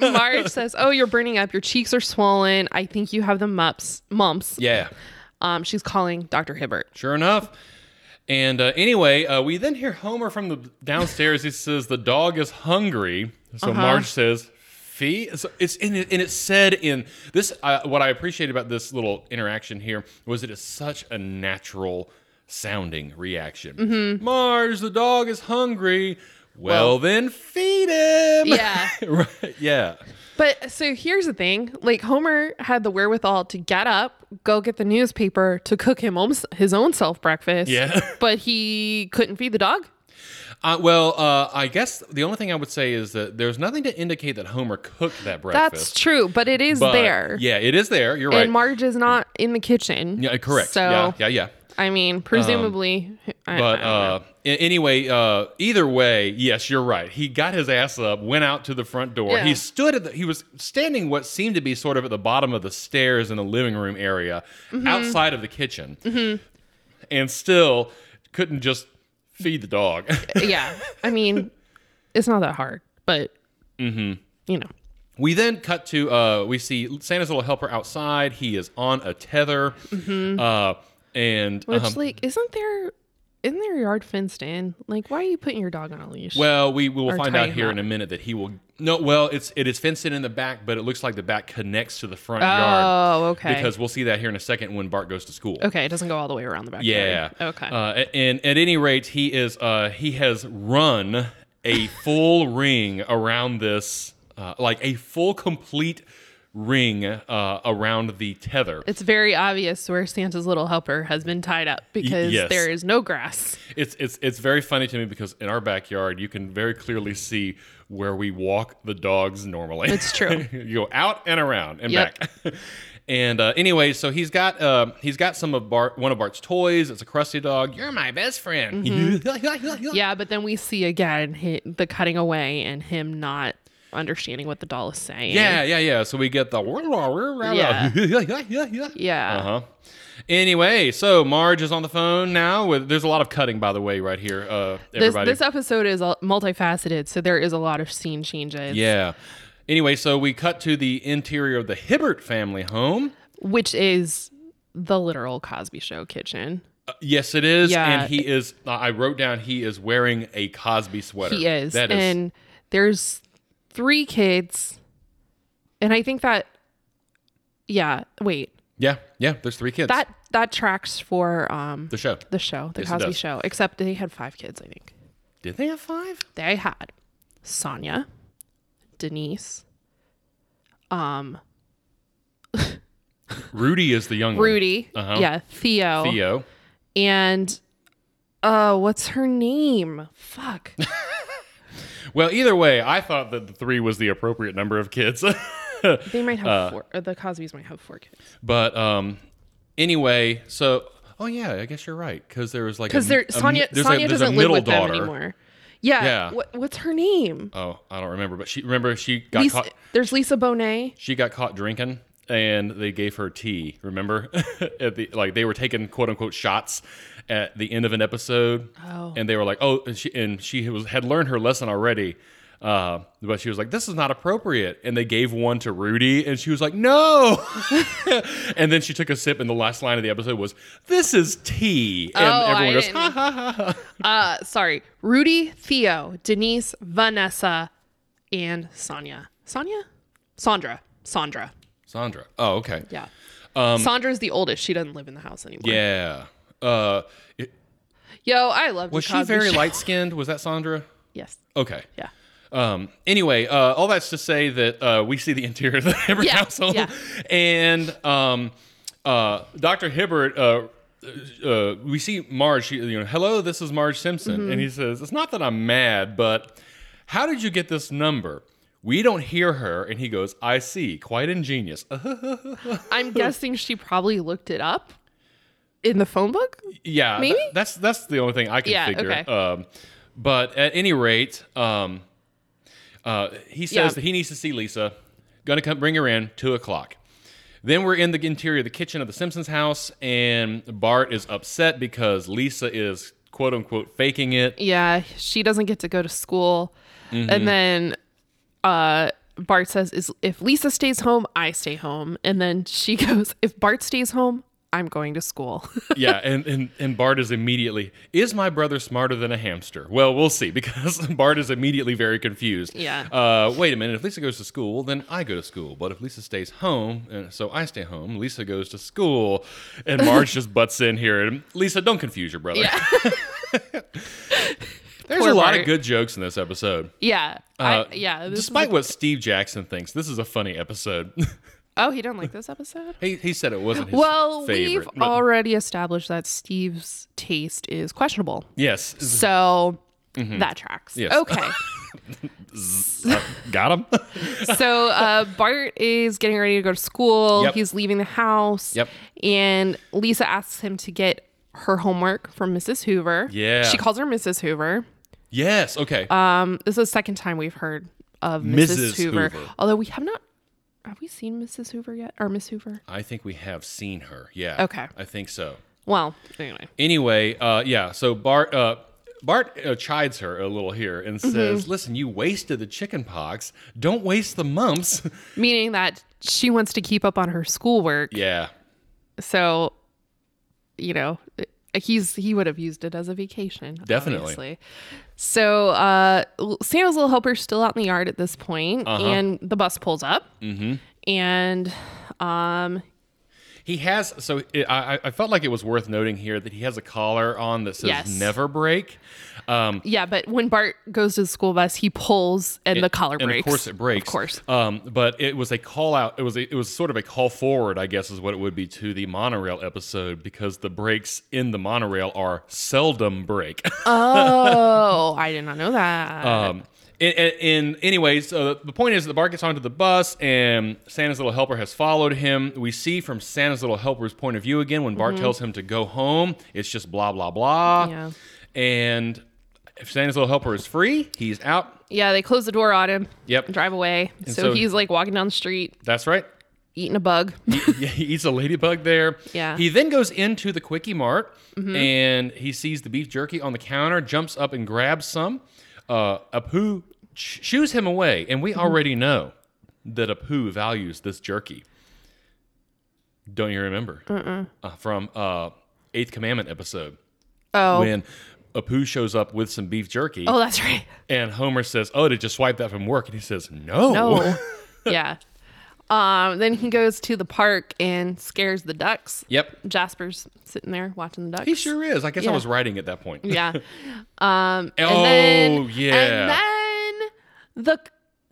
Marge says, "Oh, you're burning up. Your cheeks are swollen. I think you have the mumps." Mumps.
yeah,
Um, she's calling Dr. Hibbert.
sure enough. And uh, anyway, uh, we then hear Homer from the downstairs. He says, The dog is hungry. So
Uh-huh.
Marge says, Feed. So it's in it, and it's said in this. Uh, what I appreciate about this little interaction here was it is such a natural sounding reaction. Marge, the dog is hungry. Well,
Mm-hmm. Well-
then feed him.
Yeah.
right. Yeah.
But so here's the thing: like Homer had the wherewithal to get up, go get the newspaper, to cook him om- his own self breakfast.
Yeah.
But he couldn't feed the dog.
Uh, well, uh, I guess the only thing I would say is that there's nothing to indicate that Homer cooked that breakfast.
That's true, but it is
But,
there.
Yeah, it is there. You're right.
And Marge is not in the kitchen.
yeah, uh, correct.
So
yeah, yeah, yeah.
I mean, presumably, I-
Um, But
I don't know.
uh, a- anyway, uh, either way, yes, you're right. He got his ass up, went out to the front door.
Yeah.
He stood at the, he was standing what seemed to be sort of at the bottom of the stairs in the living room area,
Mm-hmm.
outside of the kitchen, and still couldn't just feed the dog.
yeah, I mean, it's not that hard, but
Mm-hmm.
you know,
We then cut to uh, we see Santa's little helper outside.
Mm-hmm.
He is on a tether, uh, and
which
um,
like isn't there? isn't their yard fenced in? Like, why are you putting your dog on a leash?
Well, we, we will
Or
find
tie
out
him
here
up.
in a minute that he will. No, well, it's it is fenced in in the back, but it looks like the back connects to the front yard
oh, okay.
because we'll see that here in a second when Bart goes to school.
okay, it doesn't go all the way around the back.
Yeah.
Okay.
Uh, a- and at any rate, he is uh, he has run a full ring around this, uh, like a full complete ring uh, around the tether.
it's very obvious where Santa's little helper has been tied up because
yes.
there is no grass.
It's it's it's very funny to me because in our backyard you can very clearly see where we walk the dogs normally.
It's true.
you go out and around and
Yep.
back. And uh, anyway, so he's got uh, he's got some of Bart one of Bart's toys. It's a crusty dog. You're my best friend.
Mm-hmm. Yeah, but then we see again hi the cutting away and him not understanding what the doll is saying.
Yeah, yeah, yeah. So we get the yeah,
Yeah.
yeah, yeah.
Yeah.
Uh huh. Anyway, so Marge is on the phone now. With there's a lot of cutting, by the way, right here. Uh,
This,
everybody.
this episode is all- multifaceted, so there is a lot of scene changes.
yeah. Anyway, so we cut to the interior of the Hibbert family home.
Which is the literal Cosby Show kitchen.
Uh, yes, it is,
Yeah.
and he is. I wrote down he is wearing a Cosby sweater.
He is.
That is.
and there's three kids. And I think that yeah, wait.
yeah, yeah. There's three kids.
That that tracks for um
the show.
the show, the
Yes, it
Cosby
does.
show, except they had five kids, I think.
Did they have five?
They had Sonia, Denise, um
Rudy is the young
Rudy,
Uh-huh.
yeah, Theo,
one. Theo.
and uh what's her name? Fuck.
Well, either way, I thought that the three was the appropriate number of kids.
They might have
Uh,
four or the Cosbys might have four kids.
But um, anyway, so oh yeah, I guess you're right because there was like
because
a-
they're
a-
Sonia.
there's a-
Sonia
there's a
doesn't live
middle
with
daughter.
them anymore. Yeah.
Yeah.
What, what's her name?
Oh, I don't remember, but she remember she got
Lisa,
caught.
there's Lisa Bonet.
She got caught drinking, and they gave her tea. Remember, at the like they were taking quote unquote shots at the end of an episode,
Oh.
and they were like, oh, and she and she was had learned her lesson already. Uh, but she was like, "This is not appropriate," and they gave one to Rudy, and she was like, "No!" and then she took a sip, and the last line of the episode was, "This is tea," and
Oh,
everyone
I
goes,
didn't-
"Ha ha ha!"
Uh, sorry, Rudy, Theo, Denise, Vanessa, and Sonia. Sonia, Sandra, Sandra.
Sandra. Oh, okay.
Yeah. Sandra's the oldest. She doesn't live in the house anymore.
Um, Yeah. Uh, it-
Yo, I love.
was
the
she
Cosby
very
Show.
light skinned? Was that Sandra?
Yes.
Okay.
Yeah.
Um, anyway, uh, all that's to say that uh, we see the interior of the Hibbert
Yeah,
household,
yeah.
and um, uh, Dr. Hibbert. Uh, uh, we see Marge. She, you know, hello, this is Marge Simpson,
Mm-hmm.
and he says, "It's not that I'm mad, but how did you get this number?" We don't hear her, and he goes, "I see, quite ingenious."
I'm guessing she probably looked it up in the phone book.
Yeah,
Maybe?
th- that's that's the only thing I can
Yeah,
figure.
okay.
Um, but at any rate, um, uh, he says
Yeah.
that he needs to see Lisa. Gonna come bring her in two o'clock. Then we're in the interior of the kitchen of the Simpsons house, and Bart is upset because Lisa is quote unquote faking it.
Yeah, she doesn't get to go to school.
Mm-hmm.
And then uh Bart says is if Lisa stays home, I stay home. And then she goes, if Bart stays home, I'm going to school.
yeah, and, and and Bart is immediately is my brother smarter than a hamster? Well, we'll see because Bart is immediately very confused.
Yeah.
Uh, wait a minute. If Lisa goes to school, then I go to school. But if Lisa stays home, and so I stay home, Lisa goes to school, and Marge just butts in here. And Lisa, don't confuse your brother.
Yeah.
There's
Poor
a lot of
Bart.
good jokes in this episode.
yeah.
Uh,
I, yeah. This is
Despite
a-
what Steve Jackson thinks, this is a funny episode.
oh, he didn't like this episode?
he, he said it wasn't his
Well,
favorite.
we've
but-
already established that Steve's taste is questionable.
yes,
So that tracks.
Mm-hmm. Yes.
Okay.
got him.
so uh, Bart is getting ready to go to school.
Yep.
He's leaving the house.
Yep.
And Lisa asks him to get her homework from Mrs. Hoover.
Yeah.
She calls her Mrs. Hoover.
yes. Okay.
Um, this is the second time we've heard of Mrs.
Mrs.
Hoover.
Hoover.
Although we have not, have we seen Mrs. Hoover yet or Miss Hoover?
I think we have seen her. Yeah.
Okay.
I think so.
Well, anyway.
Anyway, uh, yeah. So Bart uh, Bart uh, chides her a little here and
Mm-hmm.
says, "Listen, you wasted the chicken pox. Don't waste the mumps."
Meaning that she wants to keep up on her schoolwork.
yeah.
So, you know, he's he would have used it as a vacation.
Definitely.
obviously. So uh, L- Santa's little helper's still out in the yard at this point,
Uh-huh.
and the bus pulls up,
Mm-hmm.
and um,
He has so it, I, I- I felt like it was worth noting here that he has a collar on that says
Yes.
"Never Break." Um,
yeah. But when Bart goes to the school bus, he pulls, and the collar
and
breaks.
of course it breaks.
Of course.
Um, but it was a call out. It was a, it was sort of a call forward, I guess, is what it would be to the monorail episode because the breaks in the monorail are seldom break.
Oh, I did not know that.
Um, in, in, in anyways, so the point is that the Bart gets onto the bus and Santa's little helper has followed him. We see from Santa's little helper's point of view again when Bart tells him to go home, it's just blah blah blah.
Yeah.
And if Santa's little helper is free, he's out.
yeah, they close the door on him.
Yep.
and drive away. So,
so-
he's like walking down the street,
That's right.
eating a bug.
yeah, he eats a ladybug there.
Yeah. Mm-hmm.
He then goes into the Quickie Mart and he sees the beef jerky on the counter, jumps up and grabs some. Uh, Apu sh- shoos him away, and we
Mm-hmm.
already know that Apu values this jerky. Don't you remember? Uh, from uh, Eighth Commandment episode
Oh,
when Apu shows up with some beef jerky,
oh, that's right.
and Homer says, "Oh, did you swipe that from work?" And he says, "No."
No. Oh,
Oh.
yeah. Um, then he goes to the park and scares the ducks.
yep.
Jasper's sitting there watching the ducks.
He sure is. I guess
Yeah.
I was writing at that point.
Yeah. Um, and
Oh,
then,
yeah.
And then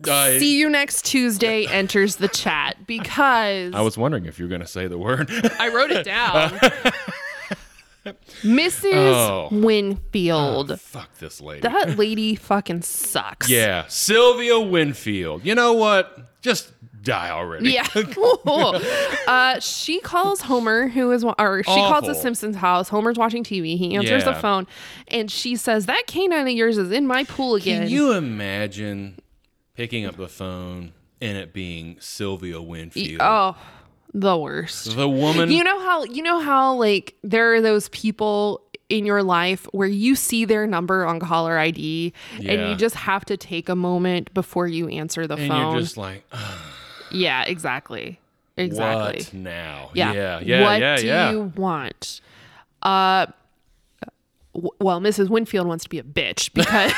the
I-
see you next Tuesday enters the chat because
I was wondering if you were going to say the word.
I wrote it down. Mrs.
Oh.
Winfield.
Fuck this lady.
that lady fucking sucks.
yeah, Sylvia Winfield. You know what? Just die already.
Yeah. uh, she calls Homer, who is, wa- or she calls the
Awful.
Simpsons house. Homer's watching TV. He answers the
Yeah.
phone, and she says, "That canine of yours is in my pool again."
Can you imagine picking up the phone and it being Sylvia Winfield?
oh, the worst.
the woman.
oh, You know how you know how like there are those people in your life where you see their number on caller ID, and
Yeah.
you just have to take a moment before you answer the
and
phone.
you're just like, "Ugh,
yeah, exactly, exactly.
what now?
Yeah.
yeah, yeah,
what
yeah.
do
yeah.
you want? Uh, w- well, Mrs. Winfield wants to be a bitch because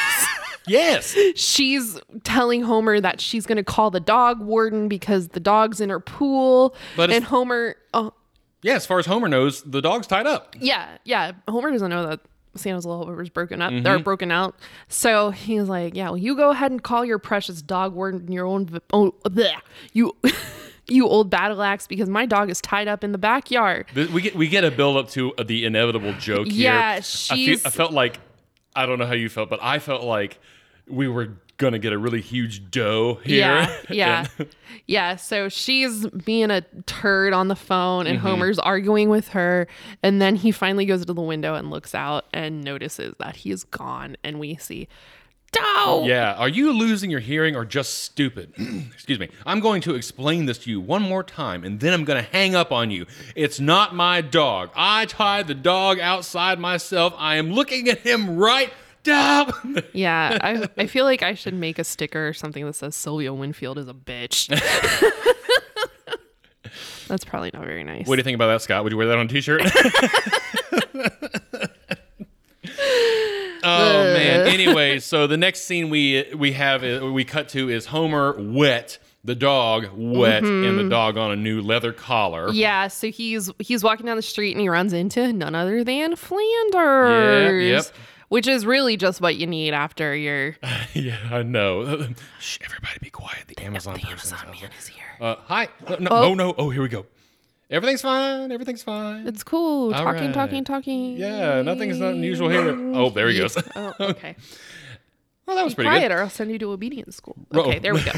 yes.
she's telling Homer that she's going to call the dog warden because the dog's in her pool.
But it's-
and Homer, oh,
Yeah, as far as Homer knows, the dog's tied up.
yeah, yeah. Homer doesn't know that Santa's little helper was broken up
Mm-hmm.
or broken out. So he's like, yeah, well, you go ahead and call your precious dog warden your own, v- own bleh, you, you old battle axe because my dog is tied up in the backyard.
Th- We get we get a build up to uh, the inevitable joke here.
Yeah,
I feel-
she's-
I, felt like I don't know how you felt, but I felt like we were gonna get a really huge dough here.
Yeah, yeah,
And-
yeah. So she's being a turd on the phone,
Mm-hmm.
and Homer's arguing with her. And then he finally goes to the window and looks out and notices that he's gone. And we see, Dow!
Yeah. Are you losing your hearing or just stupid? Excuse me. I'm going to explain this to you one more time and then I'm going to hang up on you. It's not my dog. I tied the dog outside myself. I am looking at him right now.
Yeah, I, I feel like I should make a sticker or something that says Sylvia Winfield is a bitch. That's probably not very nice.
what do you think about that, Scott? Would you wear that on a t shirt? Oh man. Anyway, so the next scene we we have uh, we cut to is Homer wet, the dog wet, and the dog on a new leather collar.
yeah, so he's he's walking down the street and he runs into none other than Flanders.
yep.
Which is really just what you need after your
Yeah, I know. Shh, everybody be quiet. The Amazon person's
Amazon
out
man is here.
there. Uh, hi. No, no, oh. no. Oh, here we go. Everything's fine. Everything's fine.
It's cool.
All
Talking, talking,
right.
talking.
Yeah, nothing's unusual here. Oh, there he goes.
Oh, okay.
Well, that was pretty
Quiet,
good.
or I'll send you to obedience school.
Whoa.
Okay, there we go.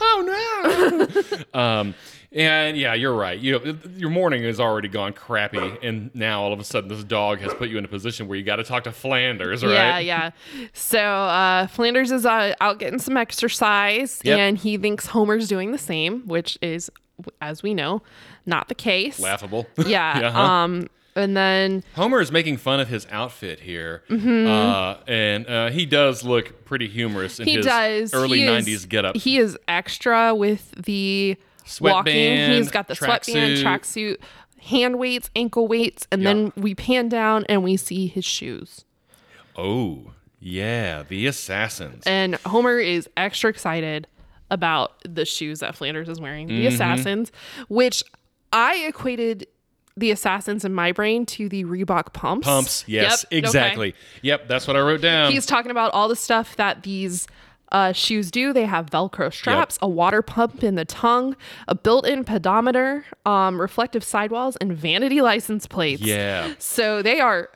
Oh no. um, and yeah, you're right. You your morning is already gone crappy, and now all of a sudden this dog has put you in a position where you got to talk to Flanders, right?
Yeah, yeah. So uh, Flanders is uh, out getting some exercise,
Yep.
and he thinks Homer's doing the same, which is, as we know, not the case.
Laughable.
Yeah.
Uh-huh.
Um. And then
Homer is making fun of his outfit here,
Mm-hmm.
uh, and uh, he does look pretty humorous in
he
his
does
early
he is-
'90s getup.
He is extra with the walking.
Sweatband,
He's got the sweatband
tracksuit.
tracksuit. hand weights, ankle weights, and then we pan down and we see his shoes.
Oh, yeah, the assassins.
And Homer is extra excited about the shoes that Flanders is wearing,
Mm-hmm.
the assassins, which I equated the assassins in my brain to the Reebok pumps.
Pumps. Yes,
Yep, okay.
exactly. Yep, that's what I wrote down.
He's talking about all the stuff that these uh, shoes do. They have Velcro straps, a water pump in the tongue, a built in pedometer, um, reflective sidewalls, and vanity license plates.
yeah.
So they are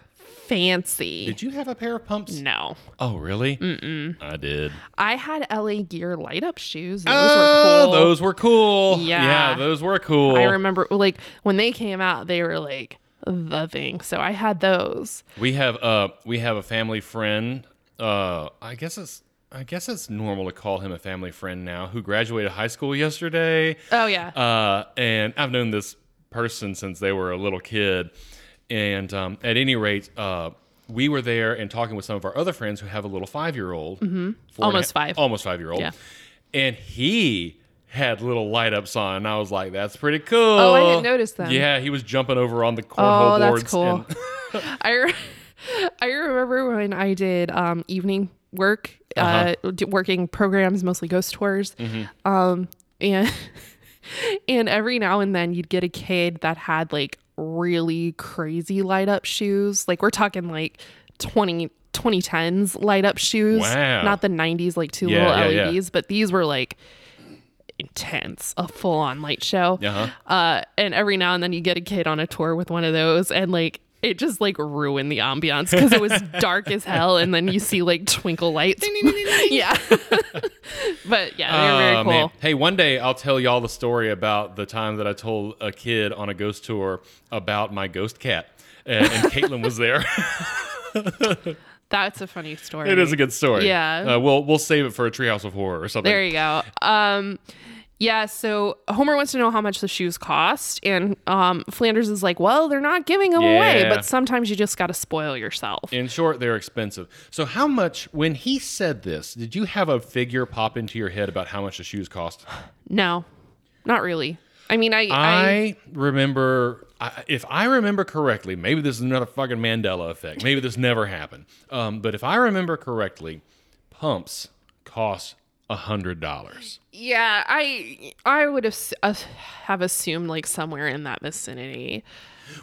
fancy.
Did you have a pair of pumps?
no,
Oh, really? Mm-mm. I did.
I had LA Gear light up shoes. Those
Oh,
were cool.
those were cool.
Yeah.
those were cool.
I remember, like when they came out, they were like the thing. So I had those.
We have uh we have a family friend. Uh I guess it's I guess it's normal to call him a family friend now who graduated high school yesterday.
Oh yeah,
Uh and I've known this person since they were a little kid. And um, at any rate, uh we were there and talking with some of our other friends who have a little five year old.
Mm-hmm. Almost five.
Almost five year old.
Yeah.
And he had little light ups on, and I was like, "That's pretty cool."
Oh, I didn't notice them.
Yeah, he was jumping over on the cornhole
oh
boards.
that's cool.
and-
I re- I remember when I did um, evening work, uh
Uh-huh.
d- working programs mostly ghost tours,
Mm-hmm.
um, and and every now and then you'd get a kid that had like really crazy light up shoes. Like we're talking like 20, 2010s light up shoes,
Wow.
not the nineties like two
Yeah,
little
yeah, yeah.
LEDs, but these were like intense, a full on light show.
Uh-huh.
Uh, and every now and then you get a kid on a tour with one of those and like it just like ruined the ambiance because it was dark as hell and then you see like twinkle lights. yeah. but yeah, they were
Oh,
very
man.
cool.
Hey, one day I'll tell y'all the story about the time that I told a kid on a ghost tour about my ghost cat, uh, and Caitlin was there.
That's a funny story.
it is a good story.
Yeah.
uh, we'll we'll save it for a Treehouse of Horror or something.
There you go. Um, yeah, so Homer wants to know how much the shoes cost, and um, Flanders is like, "Well, they're not giving them away,
Yeah.
but sometimes you just got to spoil yourself."
In short, they're expensive. So, how much? When he said this, did you have a figure pop into your head about how much the shoes cost?
No, not really. I mean, I, I,
I remember, I, if I remember correctly, maybe this is another fucking Mandela effect. Maybe this never happened. Um, but if I remember correctly, pumps cost a hundred dollars.
yeah, I, I would have s- uh, have assumed like somewhere in that vicinity.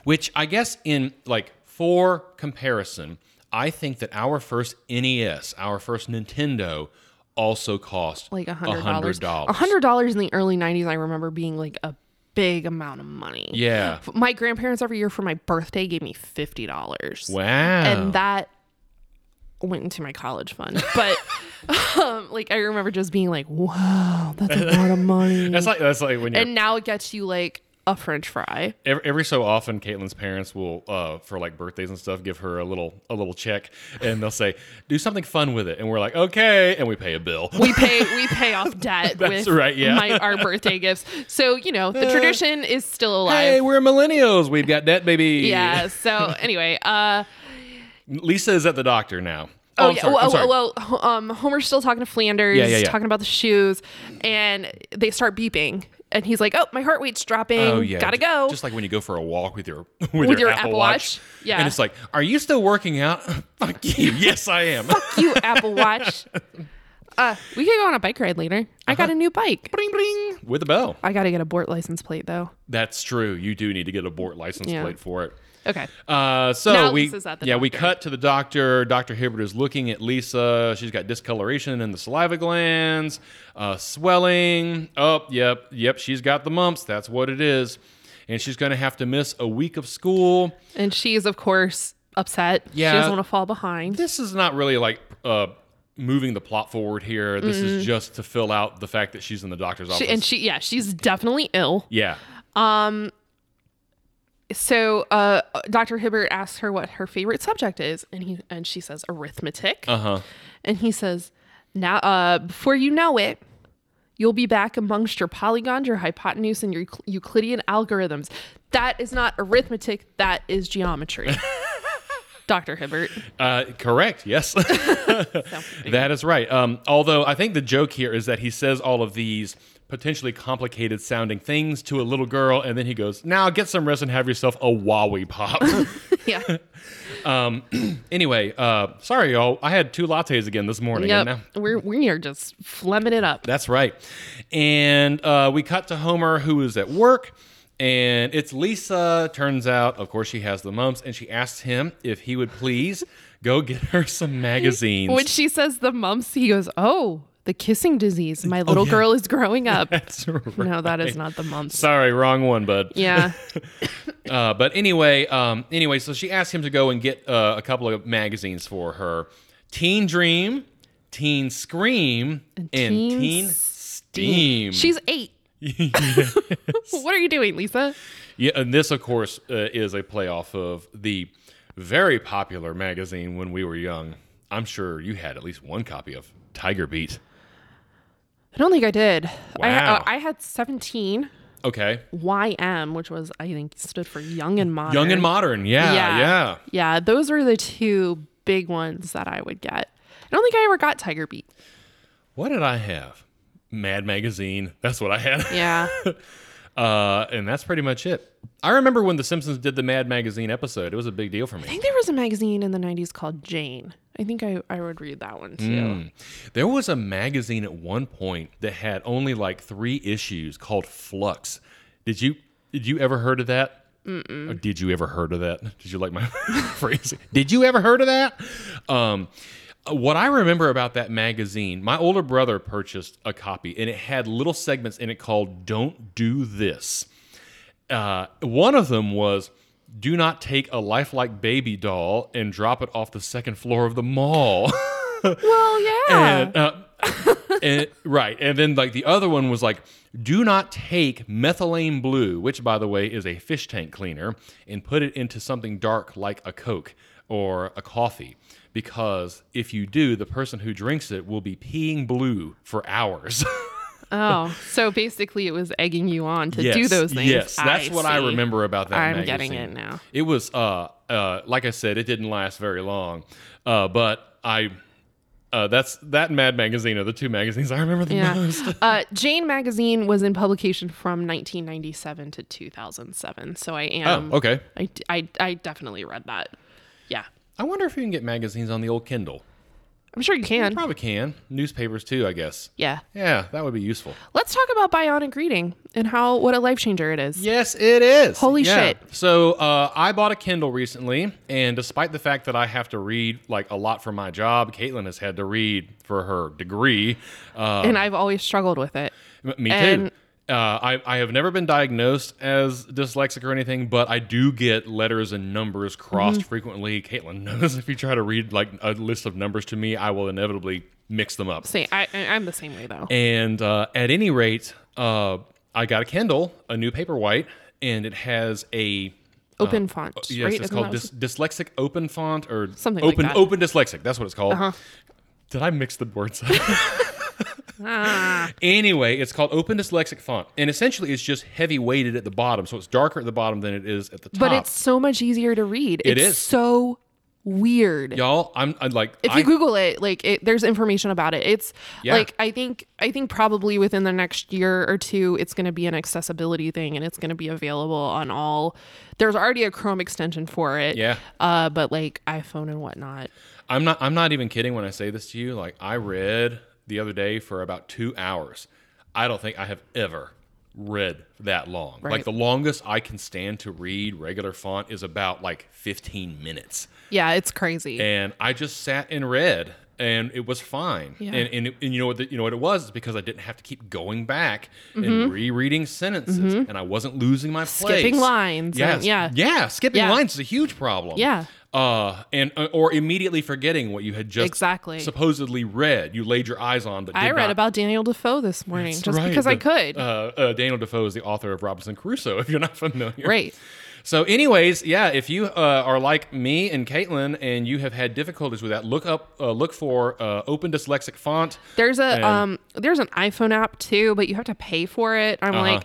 Which I guess in like for comparison, I think that our first NES, our first Nintendo, also cost
like a hundred dollars.
$100.
A hundred dollars in the early nineties, I remember being like a big amount of money.
Yeah.
F- My grandparents every year for my birthday gave me fifty dollars,
Wow.
and that went into my college fund. But um, like I remember just being like, "Wow, that's a lot of money."
that's like that's like when you're
and now it gets you like a French fry.
every, every so often Caitlin's parents will uh, for like birthdays and stuff give her a little a little check and they'll say do something fun with it and we're like okay and we pay a bill
We pay we pay off debt
That's
with
right, yeah.
my, our birthday gifts. So you know the tradition is still alive.
Uh, hey we're millennials we've got debt baby
yeah. So anyway, uh,
Lisa is at the doctor now
Oh,
I'm
yeah.
sorry, I'm
well,
sorry.
well, well, um, Homer's still talking to Flanders,
Yeah, yeah, yeah.
talking about the shoes, and they start beeping, and he's like, "Oh, my heart rate's dropping.
Oh yeah,
gotta
Ju-
go."
Just like when you go for a walk with your with,
With
your,
your
Apple,
Apple
Watch,
Watch. Yeah.
and it's like, are you still working out? Fuck you. Yes, I am.
you Apple Watch. Uh, we could go on a bike ride later. I
Uh-huh.
got a new bike.
bling bling with a bell.
I gotta get a board license plate though.
That's true. You do need to get a board license
Yeah.
plate for it.
Okay.
Uh, so
Now
we
Lisa's at the
yeah we
doctor.
cut to the doctor. Doctor Hibbert is looking at Lisa. She's got discoloration in the saliva glands, uh, swelling. Oh yep yep she's got the mumps. That's what it is, and she's going to have to miss a week of school.
And she is, of course, upset.
Yeah.
She doesn't want to fall behind.
This is not really like uh, moving the plot forward here. This is just to fill out the fact that she's in the doctor's office.
Mm-hmm. She, and she, yeah, she's definitely ill.
yeah.
So, uh, Dr. Hibbert asks her what her favorite subject is, and he and she says arithmetic.
Uh huh.
And he says, "Now, uh, before you know it, you'll be back amongst your polygons, your hypotenuse, and your Euc- Euclidean algorithms. That is not arithmetic. That is geometry." Doctor Hibbert.
Uh, correct. Yes. that is right. Um, although I think the joke here is that he says all of these potentially complicated sounding things to a little girl, and then he goes, "Now get some rest and have yourself a Wowie pop."
yeah.
anyway, uh, sorry y'all, I had two lattes again this morning. and
Yep.
now-
We're we are just flemming it up.
that's right. And uh, we cut to Homer, who is at work, and it's Lisa. Turns out, of course, she has the mumps, and she asks him if he would please go get her some magazines.
When she says the mumps, he goes, "Oh, the kissing disease. My little
Oh, yeah.
girl is growing up."
That's right.
No, that is not the mumps.
Sorry, wrong one, bud.
Yeah.
Uh, but anyway, um, anyway, so she asked him to go and get uh, a couple of magazines for her: Teen Dream, Teen Scream, and Teen,
Teen
Steam.
She's 8. what are you doing, Lisa?
Yeah, and this, of course, uh, is a playoff of the very popular magazine when we were young. I'm sure you had at least one copy of Tiger Beat.
I don't think I did.
Wow.
I, I had 17
Okay,
YM, which was, I think, stood for Young and Modern.
young and modern. Yeah, yeah.
yeah. Yeah, those were the two big ones that I would get. I don't think I ever got Tiger Beat.
What did I have? Mad Magazine. That's what I had.
Yeah.
Uh, and that's pretty much it. I remember when The Simpsons did the Mad Magazine episode. It was a big deal for
I
me.
think there was a magazine in the 90s called Jane. I think I, I would read that one too.
Hmm. There was a magazine at one point that had only like three issues called Flux. Did you did you ever heard of that? Or did you ever heard of that? Did you like my phrase? Did you ever heard of that? Um, what I remember about that magazine, my older brother purchased a copy, and it had little segments in it called "Don't Do This." uh, one of them was do not take a lifelike baby doll and drop it off the second floor of the mall.
Well, yeah.
and, uh, and- right. And then like the other one was like, do not take methylene blue, which by the way is a fish tank cleaner, and put it into something dark like a Coke or a coffee. Because if you do, the person who drinks it will be peeing blue for hours.
oh, so basically it was egging you on to do
Yes,
those things.
Yes, that's what I
see.
remember about that.
I'm
magazine.
getting it now.
It was, uh, uh, like I said, it didn't last very long, uh, but I. Uh, that's that and Mad Magazine are the two magazines I remember the
Yeah.
most.
Uh, Jane magazine was in publication from 1997 to 2007. So I
Oh,
am.
okay.
I, I, I definitely read that. Yeah.
I wonder if you can get magazines on the old Kindle.
I'm sure you can.
Probably can. Newspapers too, I guess.
Yeah.
Yeah, that would be useful.
Let's talk about bionic reading and how what a life changer it is.
Yes, it is.
Holy shit.
So uh, I bought a Kindle recently, and despite the fact that I have to read like a lot for my job, Caitlin has had to read for her degree. Uh,
And I've always struggled with it.
M- Me
And-
too. Uh, I, I have never been diagnosed as dyslexic or anything, but I do get letters and numbers crossed
Mm-hmm.
frequently. Caitlin knows if you try to read like a list of numbers to me, I will inevitably mix them up.
Say, I, I- I'm the same way though.
And uh, at any rate, uh, I got a Kindle, a new paperwhite, and it has a
Open font.
uh, yes,
right?
it's
Isn't
called
that
dys- dyslexic open font or
Something like
open
that. Uh-huh.
open dyslexic. That's what it's called. Did I mix the words up?
what- Ah.
Anyway, it's called Open Dyslexic Font, and essentially it's just heavy weighted at the bottom, so it's darker at the bottom than it is at the top.
But it's so much easier to read.
It
it's
is.
so weird.
y'all, I'm, I'm like,
if you
I,
google it like it, there's information about it it's
Yeah.
like i think i think probably within the next year or two it's going to be an accessibility thing and it's going to be available on all there's already a chrome extension for it
Yeah.
uh but like iphone and whatnot
I'm not, I'm not even kidding when I say this to you. Like, I read the other day for about two hours. I don't think I have ever read that long. Like
Right.
the longest I can stand to read regular font is about like 15 minutes.
yeah it's crazy
and I just sat and read, and it was fine.
Yeah.
And, and, it- and you know what the, you know what it was It's because I didn't have to keep going back and rereading sentences, and I wasn't losing my place.
Mm-hmm. Skipping lines
Yes.
and- yeah.
yeah. Skipping
Yeah.
lines is a huge problem.
Yeah.
Uh, and or immediately forgetting what you had just
Exactly.
supposedly read. You laid your eyes on, but
i
did
read
not-
about daniel defoe this morning
That's
just
right,
because i
the-
could
Uh, uh, Daniel Defoe is the author of Robinson Crusoe. If you're not familiar,
right
so, anyways, yeah, if you uh, are like me and Caitlin and you have had difficulties with that, look up, uh, look for uh, Open Dyslexic Font.
There's a
And-
um there's an iPhone app too, but you have to pay for it. I'm like,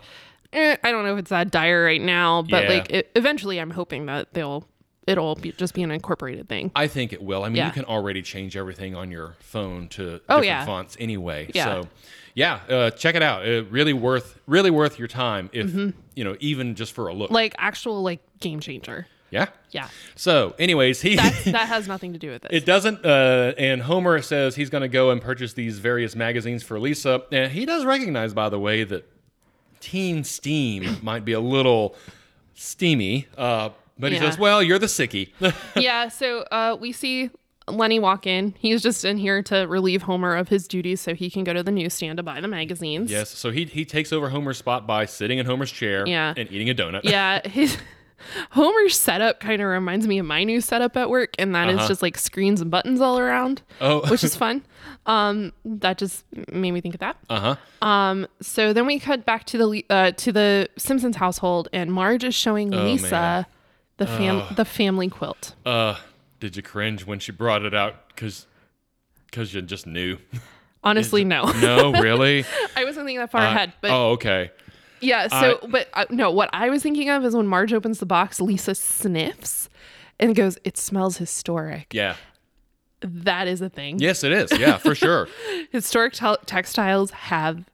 eh, I don't know if it's that dire right now, but
Uh-huh. Yeah.
like it, eventually, I'm hoping that they'll it'll be, just be an incorporated thing.
I think it will. I mean,
Yeah.
you can already change everything on your phone to
Oh,
different
yeah.
fonts anyway.
Yeah.
So, yeah, uh, check it out. Uh, really worth, really worth your time if
Mm-hmm.
you know, even just for a look.
Like actual like game changer.
yeah.
Yeah.
So, anyways, he
That's, that has nothing to do with this.
It doesn't. Uh, and Homer says he's going to go and purchase these various magazines for Lisa. And he does recognize, by the way, that teen steam might be a little steamy. Uh, but he
Yeah.
says, well, you're the sickie.
yeah, so uh, we see Lenny walk in. He's just in here to relieve Homer of his duties so he can go to the newsstand to buy the magazines.
yes. So he, he takes over Homer's spot by sitting in Homer's chair
Yeah.
and eating a donut.
Yeah, his Homer's setup kind of reminds me of my new setup at work, and that is
Uh-huh.
just like screens and buttons all around,
Oh.
which is fun. Um, that just made me think of that.
Uh huh.
So then we cut back to the Le- uh, to the Simpsons household, and Marge is showing Lisa
Oh, man.
the fam- the family quilt.
Uh, did you cringe when she brought it out? Because you just knew.
Honestly, no,
No, really?
I wasn't thinking that far ahead. But
oh, okay.
yeah, so but uh, no, what I was thinking of is when Marge opens the box, Lisa sniffs and goes, "It smells historic."
Yeah.
That is a thing.
Yes, it is. Yeah, for sure.
Historic tel- textiles have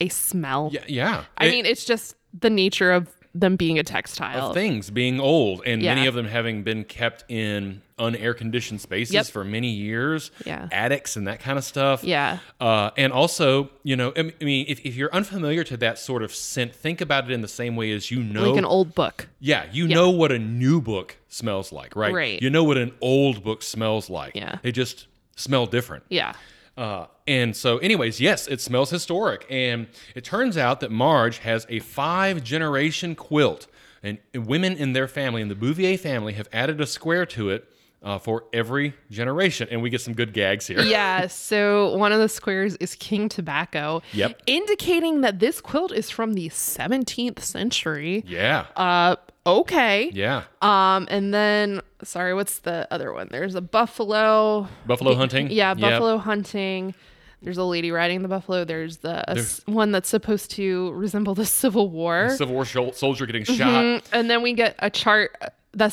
a smell.
Yeah. yeah.
I
It-
mean, it's just the nature of them being a textile.
of things being old and many
Yeah.
of them having been kept in unair conditioned spaces
Yep.
for many years
Yeah.
attics and that kind of stuff
Yeah.
uh, and also you know i m- I mean if, if you're unfamiliar to that sort of scent think about it in the same way as you know
Like an old book.
yeah you know what a new book smells like right
Right.
you know what an old book smells like
Yeah.
they just smell different
Yeah.
uh, and so, anyways, yes, it smells historic. And it turns out that Marge has a five generation quilt, and women in their family, in the Bouvier family, have added a square to it uh, for every generation. And we get some good gags here.
Yeah. So one of the squares is King Tobacco.
Yep.
Indicating that this quilt is from the 17th century.
Yeah.
Uh, okay.
yeah.
Um, and then sorry, what's the other one? There's a buffalo.
Buffalo hunting.
Yeah,
Yep.
buffalo hunting. There's a lady riding the buffalo. There's the a s- one that's supposed to resemble the Civil War.
Civil War shol- soldier getting shot.
Mm, and then we get a chart that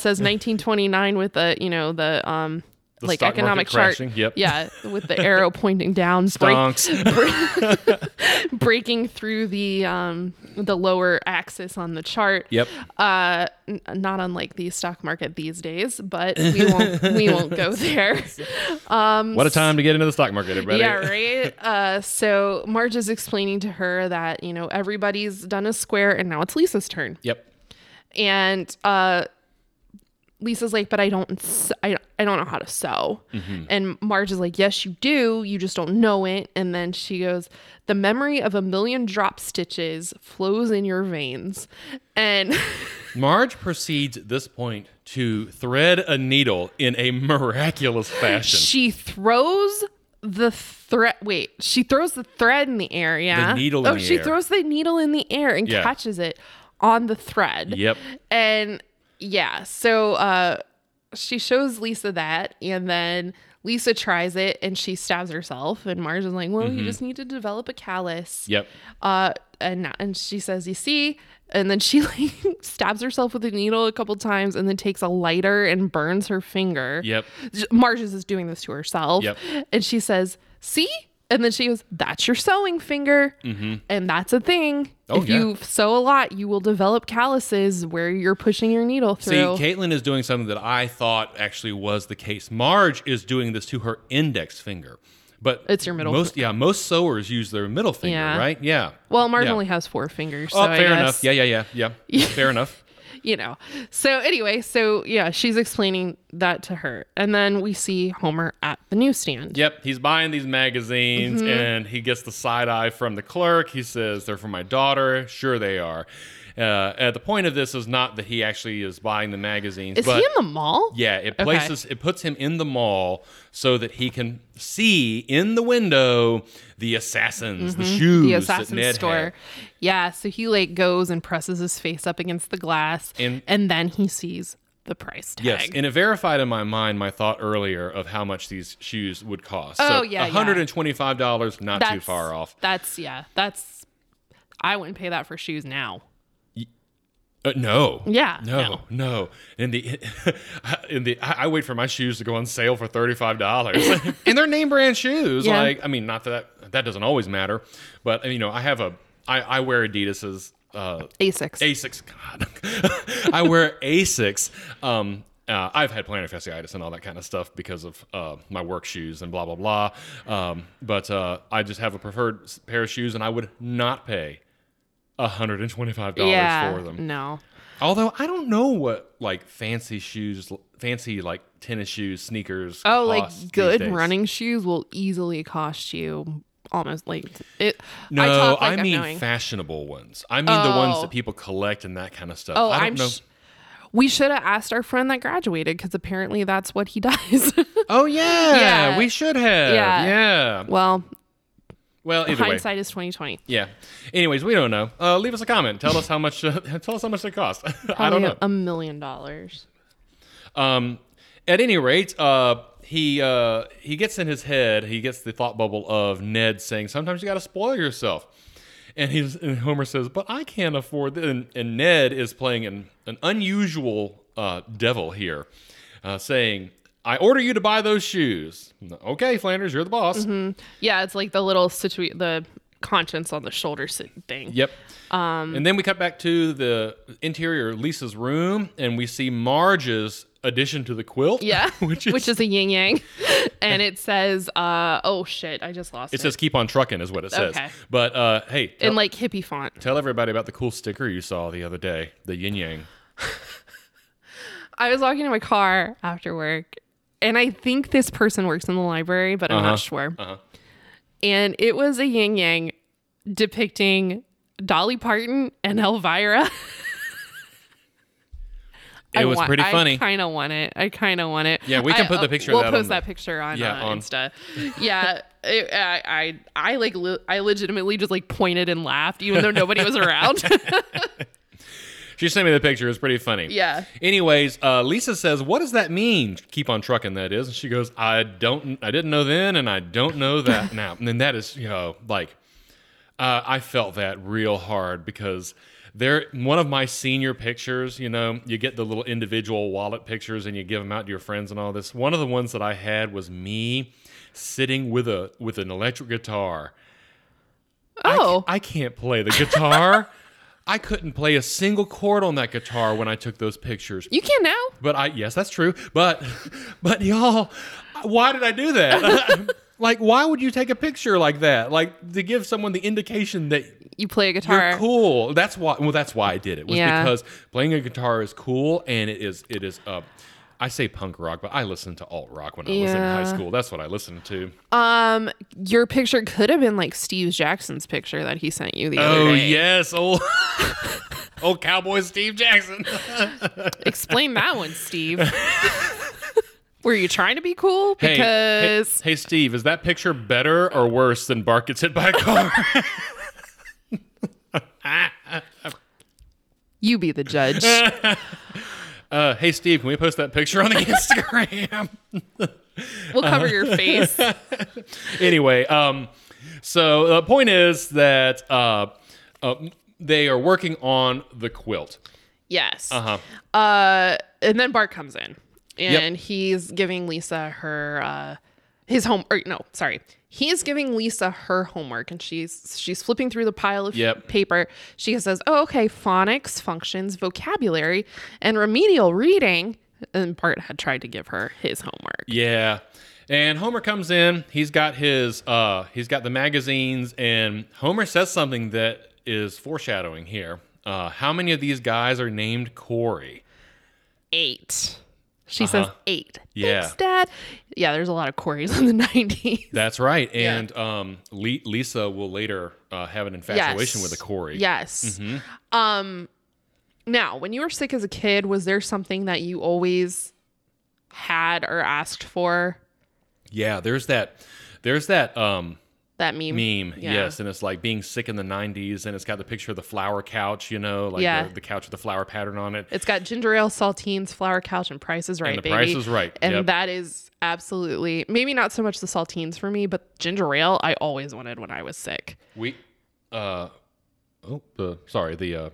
says 1929 with the you know the um like
stock market
economic chart.
crashing, yep.
Yeah, with the arrow pointing down, break,
Donks.
breaking through the um the lower axis on the chart.
yep.
Uh, n- not unlike the stock market these days, but we won't we won't go there.
What a time to get into the stock market, everybody.
Um, Yeah, right. Uh, so Marge is explaining to her that you know everybody's done a square and now it's Lisa's turn.
Yep.
and uh Lisa's like, but I don't, s- I, I don't know how to sew.
Mm-hmm.
And Marge is like, yes, you do. You just don't know it. And then she goes, the memory of a million drop stitches flows in your veins. And
Marge proceeds at this point to thread a needle in a miraculous fashion.
she throws the thread. Wait, she throws the thread in the air. Yeah.
needle in
oh,
the
she
air.
throws the needle in the air and
Yeah.
catches it on the thread.
Yep.
And yeah, so uh she shows Lisa that and then Lisa tries it and she stabs herself and Marge is like, "Well, you just need to develop a callus."
Yep.
Uh and and she says, "You see?" And then she like stabs herself with a needle a couple times and then takes a lighter and burns her finger.
Yep.
J- Marge is just doing this to herself.
Yep.
And she says, "See?" And then she goes, "That's your sewing finger." And that's a thing.
Mm-hmm. Oh,
if
yeah.
you sew a lot, you will develop calluses where you're pushing your needle
See,
through.
Caitlin is doing something that I thought actually was the case. Marge is doing this to her index finger, but
It's your middle
Most, yeah, most sewers use their middle finger,
Yeah.
right? Yeah.
well, Marge
yeah.
only has four fingers, so
oh,
I
fair
guess
enough. Yeah, yeah, yeah, yeah. fair enough.
you know. So anyway, so yeah, she's explaining that to her, and then we see Homer at the newsstand.
Yep, he's buying these magazines
Mm-hmm.
and he gets the side eye from the clerk. He says, They're for my daughter. Sure, they are. Uh, uh, the point of this is not that he actually is buying the magazines,
Is
but
he in the mall?
Yeah, it places it puts him in the mall so that he can see in the window the assassins, the shoes,
Mm-hmm. The
that
assassin
Ned
store.
Had.
Yeah, so he like goes and presses his face up against the glass,
And-
and then he sees the price tag.
Yes, and it verified in my mind my thought earlier of how much these shoes would cost.
Oh,
so
yeah, yeah.
one hundred and twenty-five dollars, not too
That's-
far off.
That's yeah. That's I wouldn't pay that for shoes now.
Uh, no.
Yeah,
No. No. And the in the I, I wait for my shoes to go on sale for thirty five dollars, and they're name brand shoes.
Yeah.
Like I mean, not that that doesn't always matter, but you know I have a I, I wear Adidas's. Uh,
Asics.
Asics. God, I wear Asics. Um, uh, I've had plantar fasciitis and all that kind of stuff because of uh, my work shoes and blah blah blah. Um, but uh, I just have a preferred s- pair of shoes, and I would not pay hundred and twenty-five dollars
yeah.
for them.
No.
Although I don't know what like fancy shoes, fancy like tennis shoes, sneakers.
Oh, like
cost these
good
days.
running shoes will easily cost you almost like it.
No,
I,
I,
talk like I'm
mean
knowing.
fashionable ones. I mean the ones
Oh.
that people collect and that kind of stuff.
Oh,
I don't
I'm.
know.
Sh- we should have asked our friend that graduated because apparently that's what he does.
oh yeah,
Yeah.
we should have.
Yeah.
yeah.
well,
Well, either way,
hindsight is twenty twenty.
yeah. Anyways, we don't know. Uh, leave us a comment. Tell us how much. Uh, tell us how much they cost. I don't know.
A million dollars.
Um, at any rate, uh, he uh, he gets in his head. He gets the thought bubble of Ned saying, "Sometimes you got to spoil yourself." And he's and Homer says, "But I can't afford." This. And, and Ned is playing an an unusual uh, devil here, uh, saying. I order you to buy those shoes. Okay, Flanders, you're the boss.
Yeah, it's like the little situ the conscience on the shoulder sit thing.
Yep. Um, and then we cut back to the interior of Lisa's room, and we see Marge's addition to the quilt.
Yeah,
which is,
a yin yang, and it says, uh, "Oh shit, I just lost
it says "Keep on trucking" is what it says.
Okay.
But uh, hey, tell,
in like hippie font.
tell everybody about the cool sticker you saw the other day, the yin yang.
I was walking to my car after work, and I think this person works in the library, but I'm
Uh-huh.
not sure. And it was a yin yang depicting Dolly Parton and Elvira.
It was pretty funny.
I kind of want it. I kind of want it.
Yeah, we can
I-
put the
uh,
picture of
We'll
that
post
on the-
that picture on,
Yeah,
uh,
on-
Insta. yeah, it, I, I, I like, le- I legitimately just like pointed and laughed, even though nobody was around.
She sent me the picture. It's pretty funny.
Yeah.
Anyways, uh, Lisa says, "What does that mean? Keep on trucking." That is, and she goes, "I don't. I didn't know then, and I don't know that now." And then that is, you know, like uh, I felt that real hard because there. One of my senior pictures, you know, you get the little individual wallet pictures, and you give them out to your friends and all this. One of the ones that I had was me sitting with a with an electric guitar. I
oh,
ca- I, can't play the guitar. I couldn't play a single chord on that guitar when I took those pictures.
you can now.
But I yes, that's true. But but y'all, why did I do that? like why would you take a picture like that? Like to give someone the indication that
You play a guitar.
you're cool. That's why well that's why I did it. Was
Yeah.
because playing a guitar is cool and it is it is uh I say punk rock, but I listened to alt rock when I was in high
Yeah.
school. That's what I listened to.
Um, your picture could have been like Steve Jackson's picture that he sent you the other
Oh
day.
yes, old old cowboy Steve Jackson.
Explain that one, Steve. Were you trying to be cool?
Hey, hey,
Because
hey, Steve, is that picture better or worse than Bart gets hit by a car?
you be the judge.
uh, hey, Steve, can we post that picture on the Instagram?
we'll cover your face.
anyway, um, so the point is that uh, uh, they are working on the quilt.
Yes.
Uh-huh.
Uh, and then Bart comes in and he's giving Lisa her uh his home or no, sorry. He is giving Lisa her homework and she's she's flipping through the pile of
Yep.
paper. She says, "Oh, okay, phonics, functions, vocabulary, and remedial reading." And Bart had tried to give her his homework.
Yeah. And Homer comes in. He's got his uh he's got the magazines and Homer says something that is foreshadowing here. Uh, how many of these guys are named Corey?
8. She says 8.
Uh-huh. Yeah.
Thanks, Dad. Yeah, there's a lot of Corys in the 90s.
That's right. And um, Le- Lisa will later uh, have an infatuation with a Corey. Mm-hmm.
Yes. Um now, when you were sick as a kid, was there something that you always had or asked for?
Yeah. There's that. There's that um,
That meme.
meme.
Yeah.
Yes. And it's like being sick in the '90s, and it's got the picture of the flower couch. You know, like
Yeah.
the, the couch with the flower pattern on it.
It's got ginger ale, saltines, flour couch, and Price is Right,
the
baby.
Price is Right,
and
yep.
that is absolutely maybe not so much the saltines for me, but ginger ale I always wanted when I was sick.
We. Uh, oh, the sorry. The uh,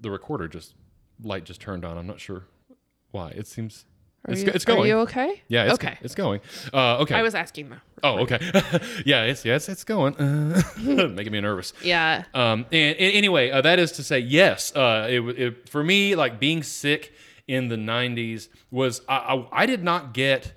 the recorder just light just turned on. I'm not sure why. It seems
Are
It's
you,
go- it's
Are
going.
you okay?
Yeah, it's,
okay.
it's going. Uh, okay.
I was asking though.
oh, okay. yeah, it's yes, it's going. Uh, making me nervous.
Yeah.
Um, and, and anyway, uh, that is to say, yes, uh, it, w- it, for me, like being sick in the 90s was, I, I, I did not get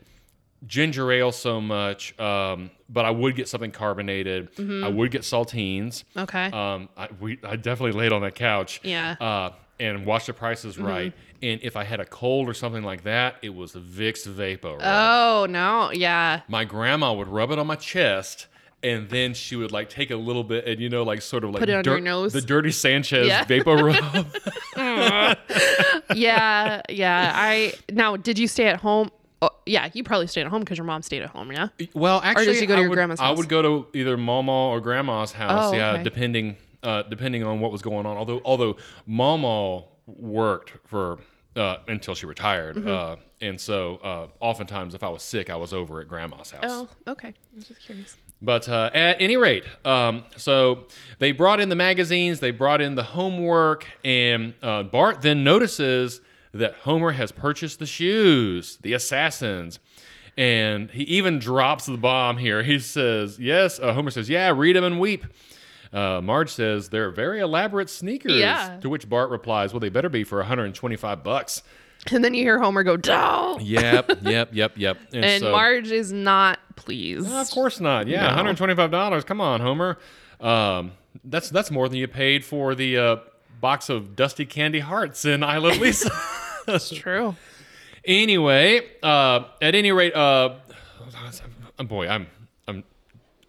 ginger ale so much, um, but I would get something carbonated. I would get saltines.
Okay.
Um, I, we, I definitely laid on that couch.
Yeah.
Uh, and watched the prices right. And if I had a cold or something like that, it was Vicks Vapor.
oh no. Yeah.
my grandma would rub it on my chest and then she would like take a little bit and you know like sort of like
Put it on your nose.
the dirty sanchez
Yeah.
vapor rub
Yeah. Yeah. I now. Did you stay at home? Oh, yeah. You probably stayed at home because your mom stayed at home. Yeah.
well actually
you go to
I
your
would,
grandma's
i
house?
would go to either mama or grandma's house
Oh,
yeah
okay.
depending uh depending on what was going on although although mama worked for uh until she retired
Mm-hmm.
uh and so uh oftentimes if i was sick i was over at grandma's house
Oh. Okay. I was just curious.
But uh, at any rate, um, so they brought in the magazines, they brought in the homework, and uh, Bart then notices that Homer has purchased the shoes, the assassins. And he even drops the bomb here. He says, Yes. Uh, Homer says, Yeah, read them and weep. Uh, Marge says, They're very elaborate sneakers.
Yeah.
To which Bart replies, Well, they better be for 125 bucks.
And then you hear Homer go, "Doh."
Yep, yep, yep, yep.
And
so-
Marge is not pleased.
Of course not. Yeah, one hundred twenty-five dollars. Come on, Homer. Um, that's that's more than you paid for the uh, box of dusty candy hearts in Isla Lisa.
It's true.
anyway, uh, at any rate, uh, oh, boy, I'm I'm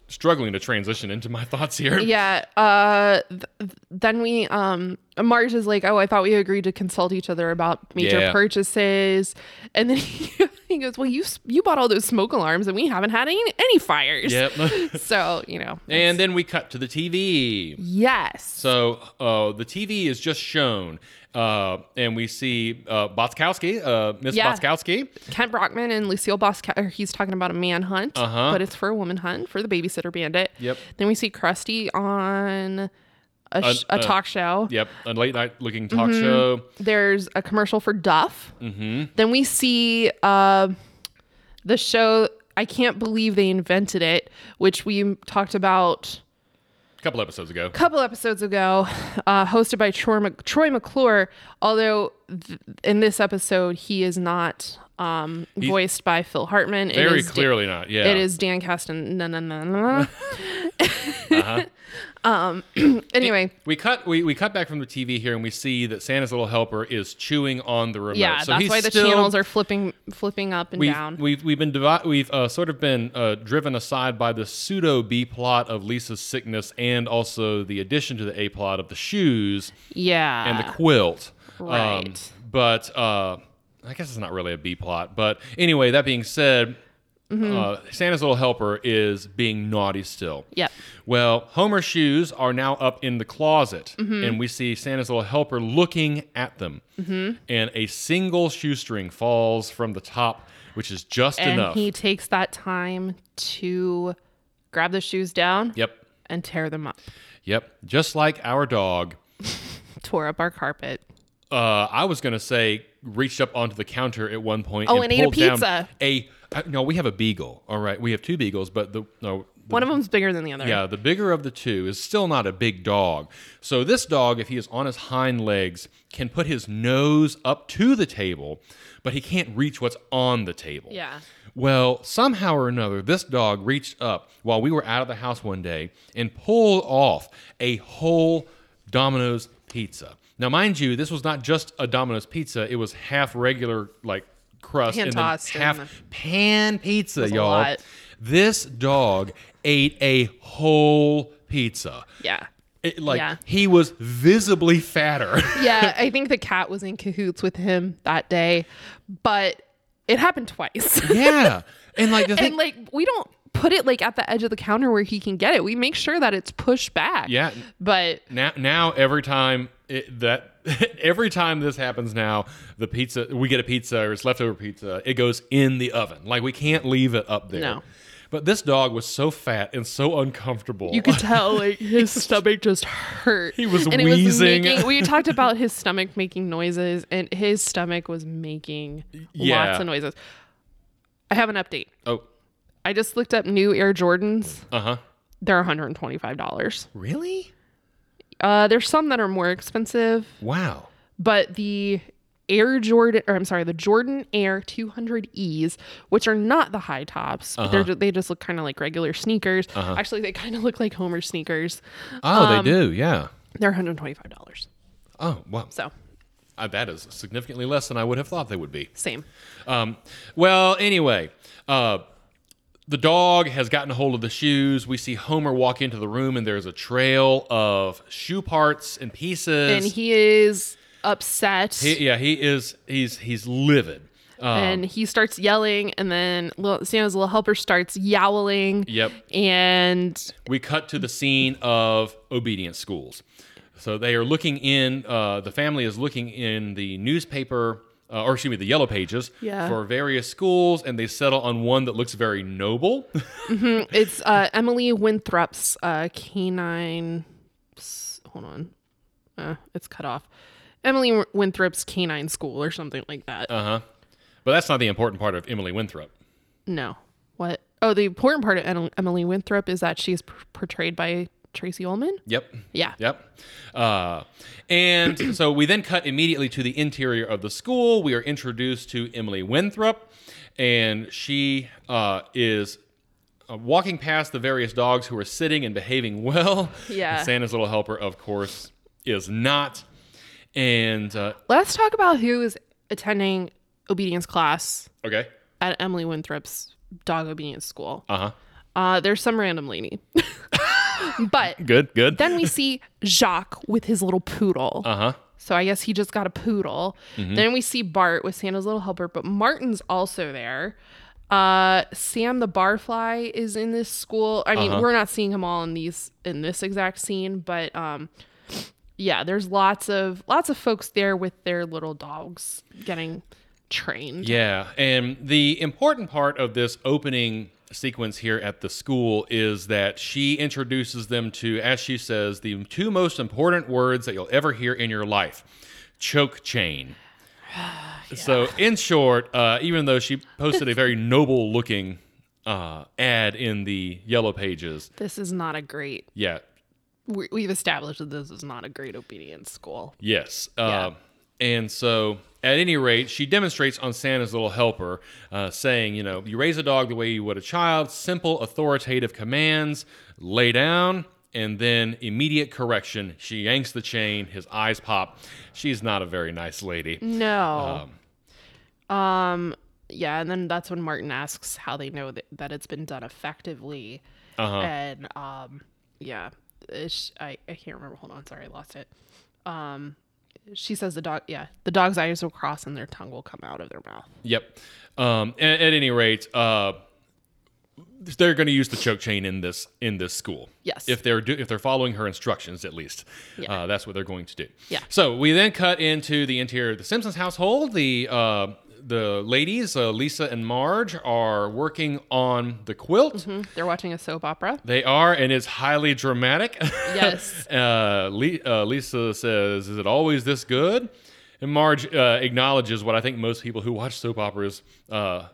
struggling to transition into my thoughts here.
Yeah. Uh, th- th- then we, um, Marge is like, oh, I thought we agreed to consult each other about major
Yeah.
purchases. And then he, he goes, well, you s- you bought all those smoke alarms and we haven't had any, any fires.
Yep.
So, you know.
and then we cut to the TV.
yes.
So uh, the TV is just shown, uh, and we see uh, Botskowski, uh, Miss
Yeah.
Botskowski.
Kent Brockman and Lucille Bosca, or he's talking about a manhunt,
Uh-huh.
but it's for a woman hunt for the babysitter bandit.
Yep.
Then we see Krusty on a, sh- a
uh,
talk show.
Yep, a late night looking talk
Mm-hmm.
show.
there's a commercial for Duff. Mm-hmm. Then we see uh, the show. I can't believe they invented it, which we talked about
A couple episodes ago.
a couple episodes ago, uh, hosted by Troy, Mc- Troy McClure. Although th- in this episode, he is not um, voiced by Phil Hartman. It
Very
is Da-
clearly not. Yeah.
it is Dan Caston. Na na na na. Um. anyway,
We cut we, we cut back from the TV here and we see that Santa's little helper is chewing on the remote.
yeah,
So
that's
he's
why the
still-
channels are flipping, flipping up and
We've,
down.
we've we've been divi- we've uh, sort of been uh, driven aside by the pseudo B plot of Lisa's sickness and also the addition to the A plot of the shoes
yeah.
and the quilt. Um,
right.
but uh, I guess it's not really a B plot. But anyway, that being said,
Mm-hmm.
uh, Santa's little helper is being naughty still.
Yep.
Well, Homer's shoes are now up in the closet,
Mm-hmm.
and we see Santa's little helper looking at them.
Mm-hmm.
And a single shoestring falls from the top, which is just
and
enough.
he takes that time to grab the shoes down
yep.
and tear them up
Yep. Just like our dog.
tore up our carpet
uh, I was gonna say reached up onto the counter at one point.
Oh, and ate a
pulled down
pizza.
A uh, no, we have a beagle. All right, we have two beagles, but the no. the-
one of them's bigger than the other
Mm-hmm. yeah, the bigger of the two is still not a big dog. So this dog, if he is on his hind legs, can put his nose up to the table, but he can't reach what's on the table.
Yeah.
Well, somehow or another, this dog reached up while we were out of the house one day and pulled off a whole Domino's pizza. Now, mind you, this was not just a Domino's pizza, it was half regular, like crust, and then
Hand-tossed and
half
the-
pan pizza,
a
y'all.
lot.
This dog ate a whole pizza.
yeah
It- like
Yeah.
he was visibly fatter.
yeah i think the cat was in cahoots with him that day but it happened twice
yeah, and like the thing,
and like we don't put it like at the edge of the counter where he can get it we make sure that it's pushed back
yeah.
but
Now, now every time it, that every time this happens, now the pizza we get a pizza or it's leftover pizza, it goes in the oven. Like we can't leave it up there.
No.
But this dog was so fat and so uncomfortable.
You could tell like his stomach just hurt.
He was
and
wheezing.
It was making, we talked about his stomach making noises, and his stomach was making
Yeah.
lots of noises. I have an update.
oh,
I just looked up new Air Jordans.
uh huh.
They're $125.
Really?
Uh, there's some that are more expensive,
Wow.
but the Air Jordan, or I'm sorry, the Jordan Air 200Es, which are not the high tops, but
Uh-huh.
they're, ju- they just look kind of like regular sneakers. Actually, they kind of look like Homer sneakers.
Oh,
Um,
they do. Yeah.
They're $125.
Oh, wow.
So,
Uh, that is significantly less than I would have thought they would be.
same.
Um, well, anyway, uh, the dog has gotten a hold of the shoes. We see Homer walk into the room, and there's a trail of shoe parts and pieces.
And he is upset
He- yeah, he is. He's he's livid. Uh,
and he starts yelling, and then little, Santa's little helper starts yowling.
Yep.
And
we cut to the scene of obedience schools. So they are looking in, uh, the family is looking in the newspaper, uh, or excuse me, the yellow pages
Yeah.
for various schools, and they settle on one that looks very noble.
It's uh, Emily Winthrop's uh, canine. s- Hold on, uh, it's cut off. Emily Winthrop's canine school or something like that.
Uh huh. But that's not the important part of Emily Winthrop.
no, what? Oh, the important part of Em- Emily Winthrop is that she's p- portrayed by Tracy Ullman.
Yep.
Yeah.
Yep. Uh, and so we then cut immediately to the interior of the school. We are introduced to Emily Winthrop, and she uh, is uh, walking past the various dogs who are sitting and behaving well.
Yeah.
And Santa's little helper, of course, is not. And uh,
Let's talk about who is attending obedience class
okay.
at Emily Winthrop's dog obedience school.
Uh huh.
Uh, there's some random lady, but
Good. Good.
then we see Jacques with his little poodle.
uh huh.
So I guess he just got a poodle. Then we see Bart with Santa's little helper, but Martin's also there. Uh, Sam the barfly is in this school. I mean, we're not seeing him all in these in this exact scene, but um, yeah, there's lots of lots of folks there with their little dogs getting trained.
Yeah, and the important part of this opening sequence here at the school is that she introduces them to, as she says, the two most important words that you'll ever hear in your life choke chain. So, in short, uh, even though she posted a very noble looking uh, ad in the yellow pages,
This is not a great.
yeah,
we- We've established that this is not a great obedience school.
Yes. Uh, And so, at any rate, she demonstrates on Santa's little helper, uh, saying, you know, you raise a dog the way you would a child, simple authoritative commands, lay down, and then immediate correction. She yanks the chain, his eyes pop. She's not a very nice lady.
No. Um, yeah, and then that's when Martin asks how they know that, that it's been done effectively. And um yeah, ish, I I can't remember. Hold on, sorry, I lost it. Um she says the dog yeah, the dog's eyes will cross and their tongue will come out of their mouth.
Yep. Um, a- at, any rate, uh, they're going to use the choke chain in this in this school.
Yes.
If they're do, if they're following her instructions, at least, uh, that's what they're going to do.
Yeah.
So we then cut into the interior of the Simpsons household. The uh, the ladies, uh, Lisa and Marge, are working on the quilt.
Hmm, They're watching a soap opera.
They are, and it's highly dramatic.
Yes.
uh, Le- uh, Lisa says, "Is it always this good?" And Marge uh, acknowledges what I think most people who watch soap operas uh,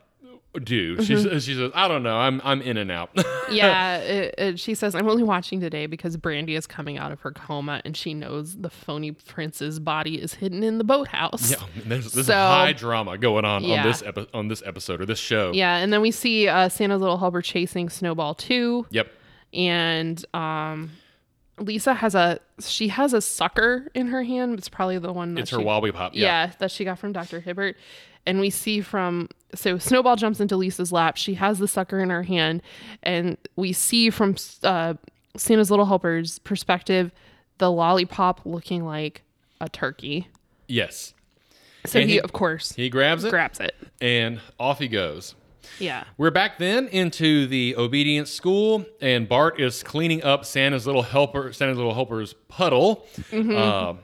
do.
Mm-hmm.
She says, "She says, I don't know. I'm I'm in and out."
Yeah, it, it, she says I'm only watching today because Brandy is coming out of her coma and she knows the phony prince's body is hidden in the boathouse.
Yeah, I mean, there's, there's
So-
high drama going on
Yeah.
on this epi- on this episode or this show.
Yeah, and then we see uh, Santa's little helper chasing Snowball too,
Yep.
and um, Lisa has a she has a sucker in her hand. It's probably the one. That
It's
she,
her Wobbly Pop.
Yeah. that she got from Doctor Hibbert, and we see from so Snowball jumps into Lisa's lap. She has the sucker in her hand, and we see from uh, Santa's little helper's perspective the lollipop looking like a turkey.
Yes.
So
And
he,
he-
of course,
He grabs it
grabs it.
and off he goes.
Yeah.
We're back then into the obedience school, and Bart is cleaning up Santa's little helper, Santa's little helper's puddle.
Mm-hmm.
Um,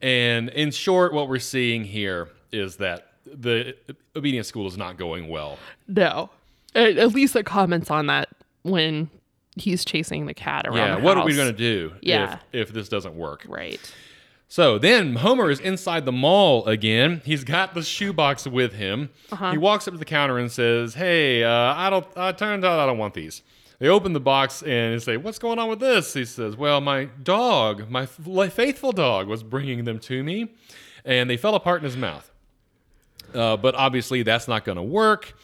and in short, what we're seeing here is that the obedience school is not going well.
No. At, at least that comments on that when he's chasing the cat around.
Yeah,
the
what are we
house.
going to do
Yeah.
if, if this doesn't work?
Right.
So then Homer is inside the mall again. He's got the shoebox with him. He walks up to the counter and says, "Hey, uh, I don't. Uh, turns out I don't want these." They open the box and say, "What's going on with this?" He says, "Well, my dog, my f- faithful dog, was bringing them to me, and they fell apart in his mouth." Uh, but obviously, that's not going to work,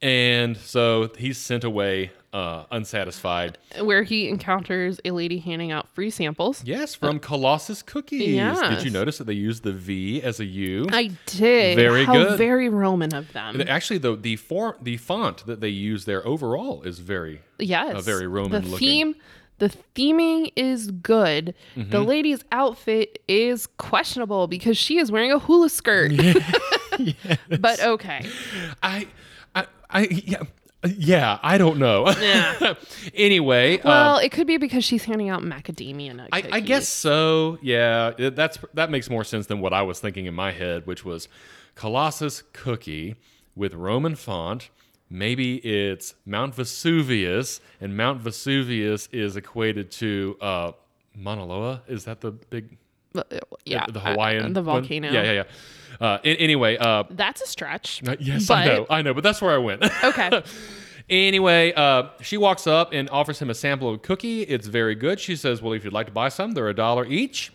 and so he's sent away uh, unsatisfied.
Where he encounters a lady handing out free samples.
Yes, from Colossus Cookies. Did you
Yes.
notice that they used the V as a U?
I did.
Very
How
good.
Very Roman of them.
The- Actually, the the form the font that they use there overall is very
Yes.
a very Roman
the
looking.
Theme, the theming is good.
Mm-hmm.
The lady's outfit is questionable because she is wearing a hula skirt. but okay.
I I, I yeah. Yeah, I don't know.
Yeah.
anyway, um,
Well, it could be because she's handing out macadamia nut
I, I
cookies.
guess so. Yeah, it- that's that makes more sense than what I was thinking in my head, which was Colossus cookie with Roman font. Maybe it's Mount Vesuvius, and Mount Vesuvius is equated to uh, Mauna Loa. Is that the big
But, uh, Yeah.
the
I-
Hawaiian
the
one?
volcano.
Yeah, yeah, yeah. Uh, a- anyway, uh,
That's a stretch.
yes,
but,
I know, I know, but that's where I went.
Okay.
Anyway, uh, she walks up and offers him a sample of a cookie. It's very good. She says, "Well, if you'd like to buy some, they're a dollar each."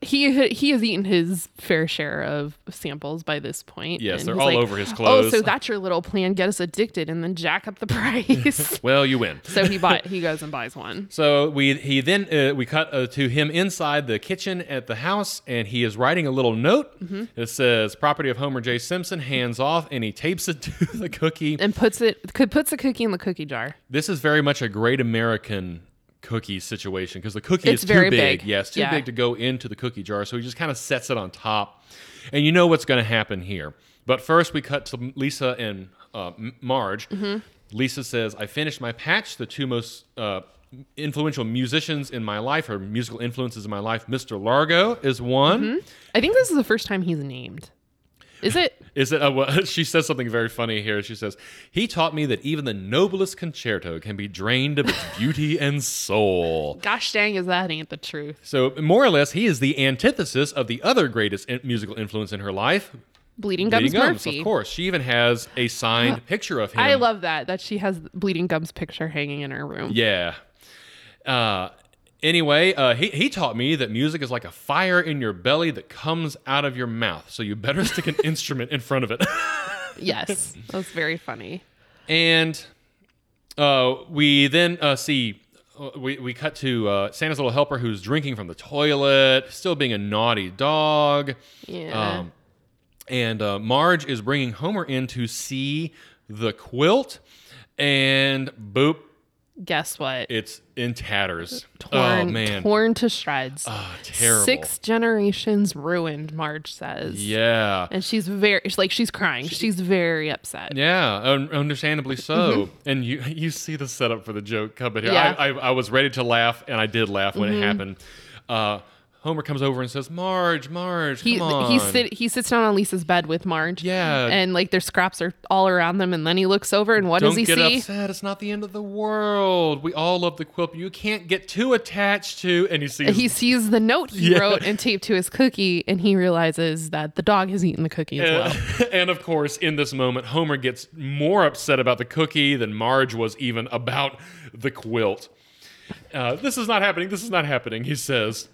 He he has eaten his fair share of samples by this point.
Yes,
and
they're
he's
all
like,
over his
Oh,
clothes."
so that's your little plan. Get us addicted and then jack up the price.
Well, you win.
so he bought he goes and buys one.
So we he then uh, we cut uh, to him inside the kitchen at the house, and he is writing a little note. It says, "Property of Homer J. Simpson, hands off," and he tapes it to the cookie.
and puts it could puts a cookie in the cookie jar.
This is very much a great American cookie situation because the cookie
It's
is
very
too big.
big.
Yeah, it's too
Yeah.
big to go into the cookie jar, so he just kind of sets it on top, and you know what's going to happen here. But first, we cut to Lisa and uh, M- Marge.
Mm-hmm.
Lisa says, "I finished my patch. The two most." Uh, Influential musicians in my life, or musical influences in my life. Mr. Largo is one.
I think this is the first time he's named. Is it?
Is it? Uh, well, she says something very funny here. She says, "He taught me that even the noblest concerto can be drained of its beauty and soul."
Gosh dang, is that ain't the truth?
So more or less, he is the antithesis of the other greatest in- musical influence in her life,
Bleeding Gums
Bleeding Gums.
Murphy.
Of course, she even has a signed picture of him.
I love that that she has Bleeding Gums picture hanging in her room.
Yeah. Uh, anyway, uh, he he taught me that music is like a fire in your belly that comes out of your mouth. So you better stick an instrument in front of it.
Yes, that's very funny.
And uh, we then uh, see uh, we, we cut to uh, Santa's little helper who's drinking from the toilet, still being a naughty dog.
Yeah.
Um, and uh, Marge is bringing Homer in to see the quilt, and boop,
Guess what?
it's in tatters.
Torn,
oh man,
torn to shreds.
Ah, terrible.
Six generations ruined. Marge says.
Yeah.
And she's very, she's like, she's crying. She's very upset.
Yeah, un- understandably so. And you you see the setup for the joke coming here.
Mm-hmm. Yeah. Mm-hmm.
I, I, I was ready to laugh, and I did laugh when it happened. Uh, Homer comes over and says, "Marge, Marge,
He
come on."
he sit he sits down on Lisa's bed with Marge.
Yeah.
And like their scraps are all around them, and then he looks over and what
Don't
does he
get
see?
upset. It's not the end of the world. We all love the quilt. but You can't get too attached to. And he sees
He sees the note he
Yeah.
wrote and taped to his cookie, and he realizes that the dog has eaten the cookie as well.
and of course, in this moment, Homer gets more upset about the cookie than Marge was even about the quilt. Uh, this is not happening. This is not happening. He says.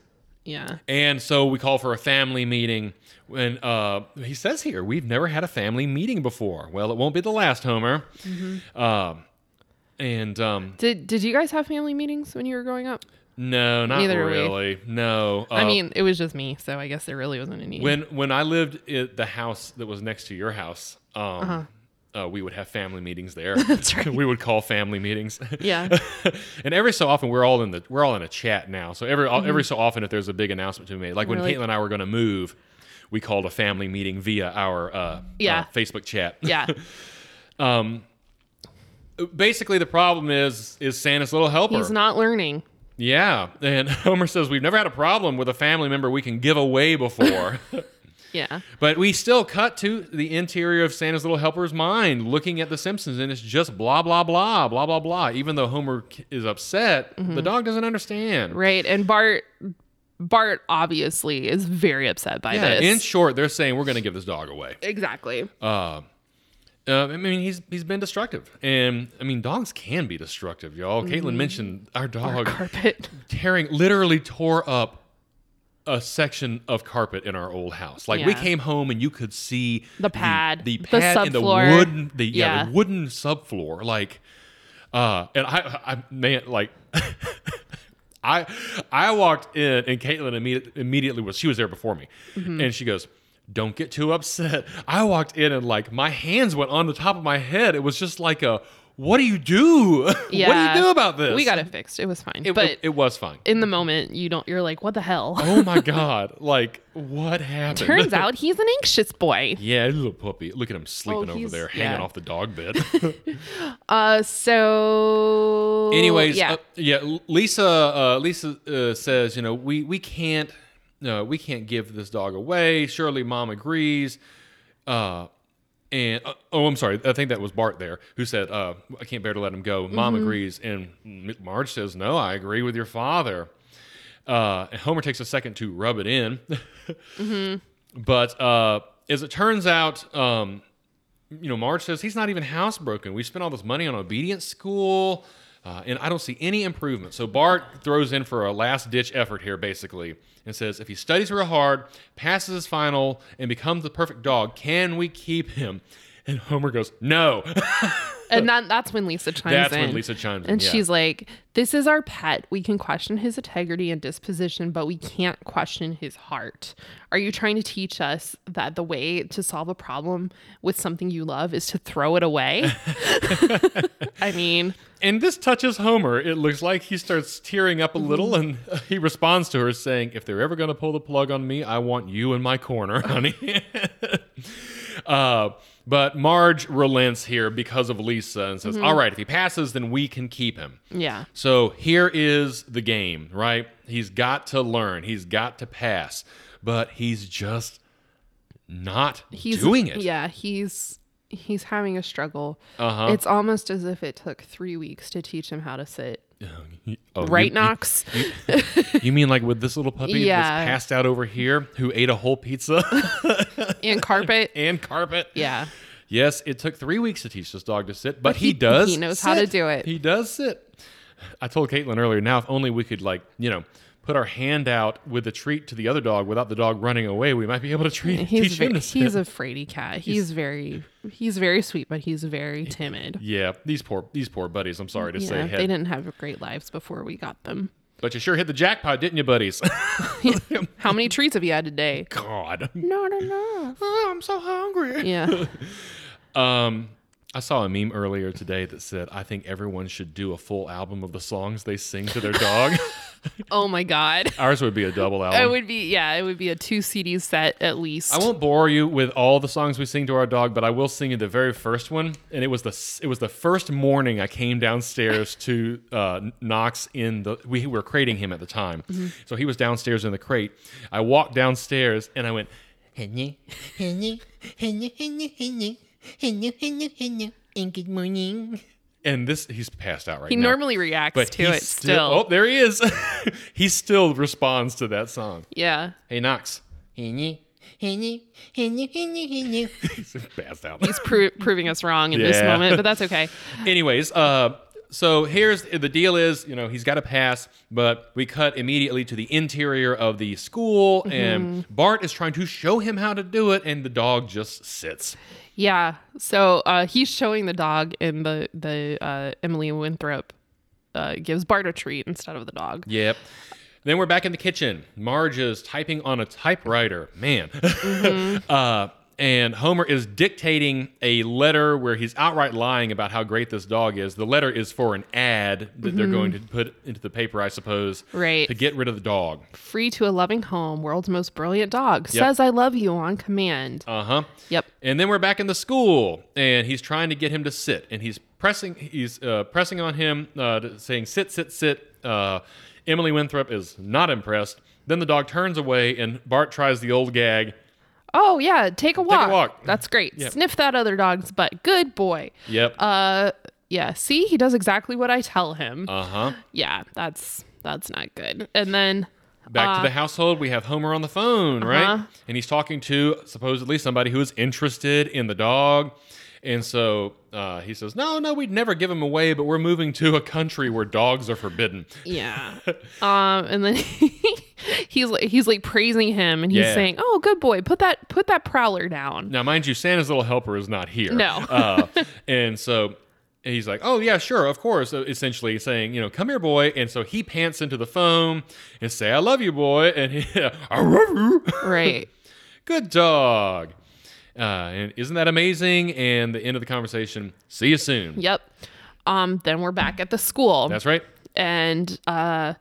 Yeah.
And so we call for a family meeting. And uh, he says here, we've never had a family meeting before. Well, it won't be the last, Homer.
Mm-hmm.
Um, and um,
Did Did you guys have family meetings when you were growing up?
no, not
Neither are we.
really. No.
I
Uh,
mean, it was just me, so I guess there really wasn't any.
when when I lived at the house that was next to your house, um,
Uh-huh.
uh we would have family meetings there. That's
right.
we would call family meetings.
yeah.
and every so often we're all in the we're all in a chat now. So every every so often if there's a big announcement to be made, like when
Mm-hmm. Really?
Caitlin and I were going to move, we called a family meeting via our uh,
Yeah.
uh, Facebook chat.
Yeah.
Basically, the problem is is Santa's little helper.
He's not learning.
yeah, and Homer says we've never had a problem with a family member we can give away before.
Yeah.
But we still cut to the interior of Santa's Little Helper's mind, looking at The Simpsons, and it's just blah, blah, blah, blah, blah, blah. Even though Homer k- is upset, the dog doesn't understand.
Right. And Bart Bart obviously is very upset by
Yeah,
this.
in short, they're saying we're going to give this dog away.
exactly.
Uh, I mean, he's he's been destructive, and I mean, dogs can be destructive, y'all. Caitlin mentioned our dog
Carpet.
tearing, literally tore up a section of carpet in our old house. Like we
Yeah.
came home and you could see
The pad,
the,
the
pad, and the
subfloor.
wooden, the yeah.
Yeah.
the wooden subfloor. Like, uh, and I, I man, like. I I walked in and Caitlin immediate, immediately was she was there before me,
Mm-hmm.
and she goes, "Don't get too upset." I walked in and like my hands went on the top of my head. It was just like a, "What do you do? what
Yeah.
do you do about this?"
We got it fixed. It was fine.
It,
but
it, it was fine.
in the moment, you don't. You're like, what the hell?
oh my god! Like what happened?
Turns out he's an anxious boy.
yeah, little puppy. Look at him sleeping over
Oh, he's-
there, hanging
yeah.
off the dog bed.
Uh, so
Anyways,
yeah,
uh, yeah. Lisa, uh, Lisa uh, says, you know, we we can't, no, we can't give this dog away. Surely, mom agrees. Uh, and uh, oh, I'm sorry. I think that was Bart there who said, uh, "I can't bear to let him go." Mom agrees, and M- Marge says, "No, I agree with your father." Uh, and Homer takes a second to rub it in, but uh, as it turns out, um, you know, Marge says he's not even housebroken. We spent all this money on obedience school, uh, and I don't see any improvement. So Bart throws in for a last ditch effort here, basically, and says if he studies real hard, passes his final, and becomes the perfect dog, can we keep him? And Homer goes, no.
and that, that's when Lisa chimes
uh, That's
in.
when Lisa chimes in.
and
yeah.
she's like, "This is our pet. We can question his integrity and disposition, but we can't question his heart. Are you trying to teach us that the way to solve a problem with something you love is to throw it away?" I mean,
And this touches Homer. It looks like he starts tearing up a
Mm-hmm.
little, and he responds to her saying, "If they're ever going to pull the plug on me, I want you in my corner, honey." uh, but Marge relents here because of Lisa and
Mm-hmm.
says, "All right, if he passes, then we can keep him."
yeah,
So here is the game, right? He's got to learn. He's got to pass, but he's just not
he's
doing it.
Yeah, he's he's having a struggle.
Uh-huh.
It's almost as if it took three weeks to teach him how to sit.
Oh, you-
Right,
you-
Knox?
You mean like with this little puppy
Yeah.
that's passed out over here who ate a whole pizza
and carpet.
and carpet?
Yeah.
Yes, it took three weeks to teach this dog to sit, but, he, does.
he knows how to
sit.
do it.
He does sit. I told Caitlin earlier. Now, if only we could like you know put our hand out with a treat to the other dog without the dog running away, we might be able to treat
He's
teach him
ve-
to sit.
he's a fraidy cat. He's, very he's very sweet, but he's very timid.
yeah, these poor these poor buddies. I'm sorry to
Yeah,
say,
they
had,
didn't have great lives before we got them.
but you sure hit the jackpot, didn't you, buddies?
How many treats have you had today?
God,
Not enough.
Oh, I'm so hungry.
Yeah,
Um, I saw a meme earlier today that said, "I think everyone should do a full album of the songs they sing to their dog."
Oh my god.
Ours would be a double
It
album.
would be yeah. It would be a two CD set at least.
I won't bore you with all the songs we sing to our dog, but I will sing you the very first one. And it was the s- it was the first morning I came downstairs to uh, Knox in the we were crating him at the time,
Mm-hmm.
so he was downstairs in the crate. I walked downstairs and I went.
Henny, henny, henny, henny, henny, henny, henny, henny, and good morning.
And this, he's passed out right
he
now.
normally reacts to
he
it still.
Oh, there he is. he still responds to that song.
Yeah,
Hey, Knox.
Henny, henny, henny, henny, henny.
He's passed out.
he's pro- proving us wrong in this
Yeah.
moment, but that's okay.
Anyways, uh, so here's the deal is, you know, he's got to pass, but we cut immediately to the interior of the school, and Bart is trying to show him how to do it, and the dog just sits.
Yeah. So uh, he's showing the dog, and the the uh, Emily Winthrop uh, gives Bart a treat instead of the dog.
Yep. Then we're back in the kitchen. Marge is typing on a typewriter. Man. uh, and Homer is dictating a letter where he's outright lying about how great this dog is. The letter is for an ad that they're going to put into the paper, I suppose,
Right.
to get rid of the dog.
Free to a loving home, world's most brilliant dog says I love you on command.
Uh huh.
yep.
And then we're back in the school, and he's trying to get him to sit, and he's pressing, he's uh, pressing on him, uh, to- saying sit, sit, sit. Uh, Emily Winthrop is not impressed. Then the dog turns away, and Bart tries the old gag.
Oh yeah, take a walk.
walk.
That's great. Sniff that other dog's butt. Good boy.
Yep.
Uh yeah, see, he does exactly what I tell him.
Uh huh.
yeah, that's that's not good. And then uh,
Back to the household, we have Homer on the phone, right?
Uh-huh.
And he's talking to supposedly somebody who is interested in the dog. And so uh, he says, No, no, we'd never give him away, but we're moving to a country where dogs are forbidden.
yeah. um and then he's like he's like praising him and he's
Yeah.
saying, "Oh, good boy. Put that put that prowler down."
Now, mind you, Santa's little helper is not here.
No.
uh, and so he's like, "Oh yeah, sure, of course." So Essentially saying, "You know, come here, boy." And so he pants into the phone and say, "I love you, boy," and he, "I love you."
Right.
Good dog. Uh, and isn't that amazing? And the end of the conversation. See you soon.
yep. Um then we're back at the school.
That's right.
and uh,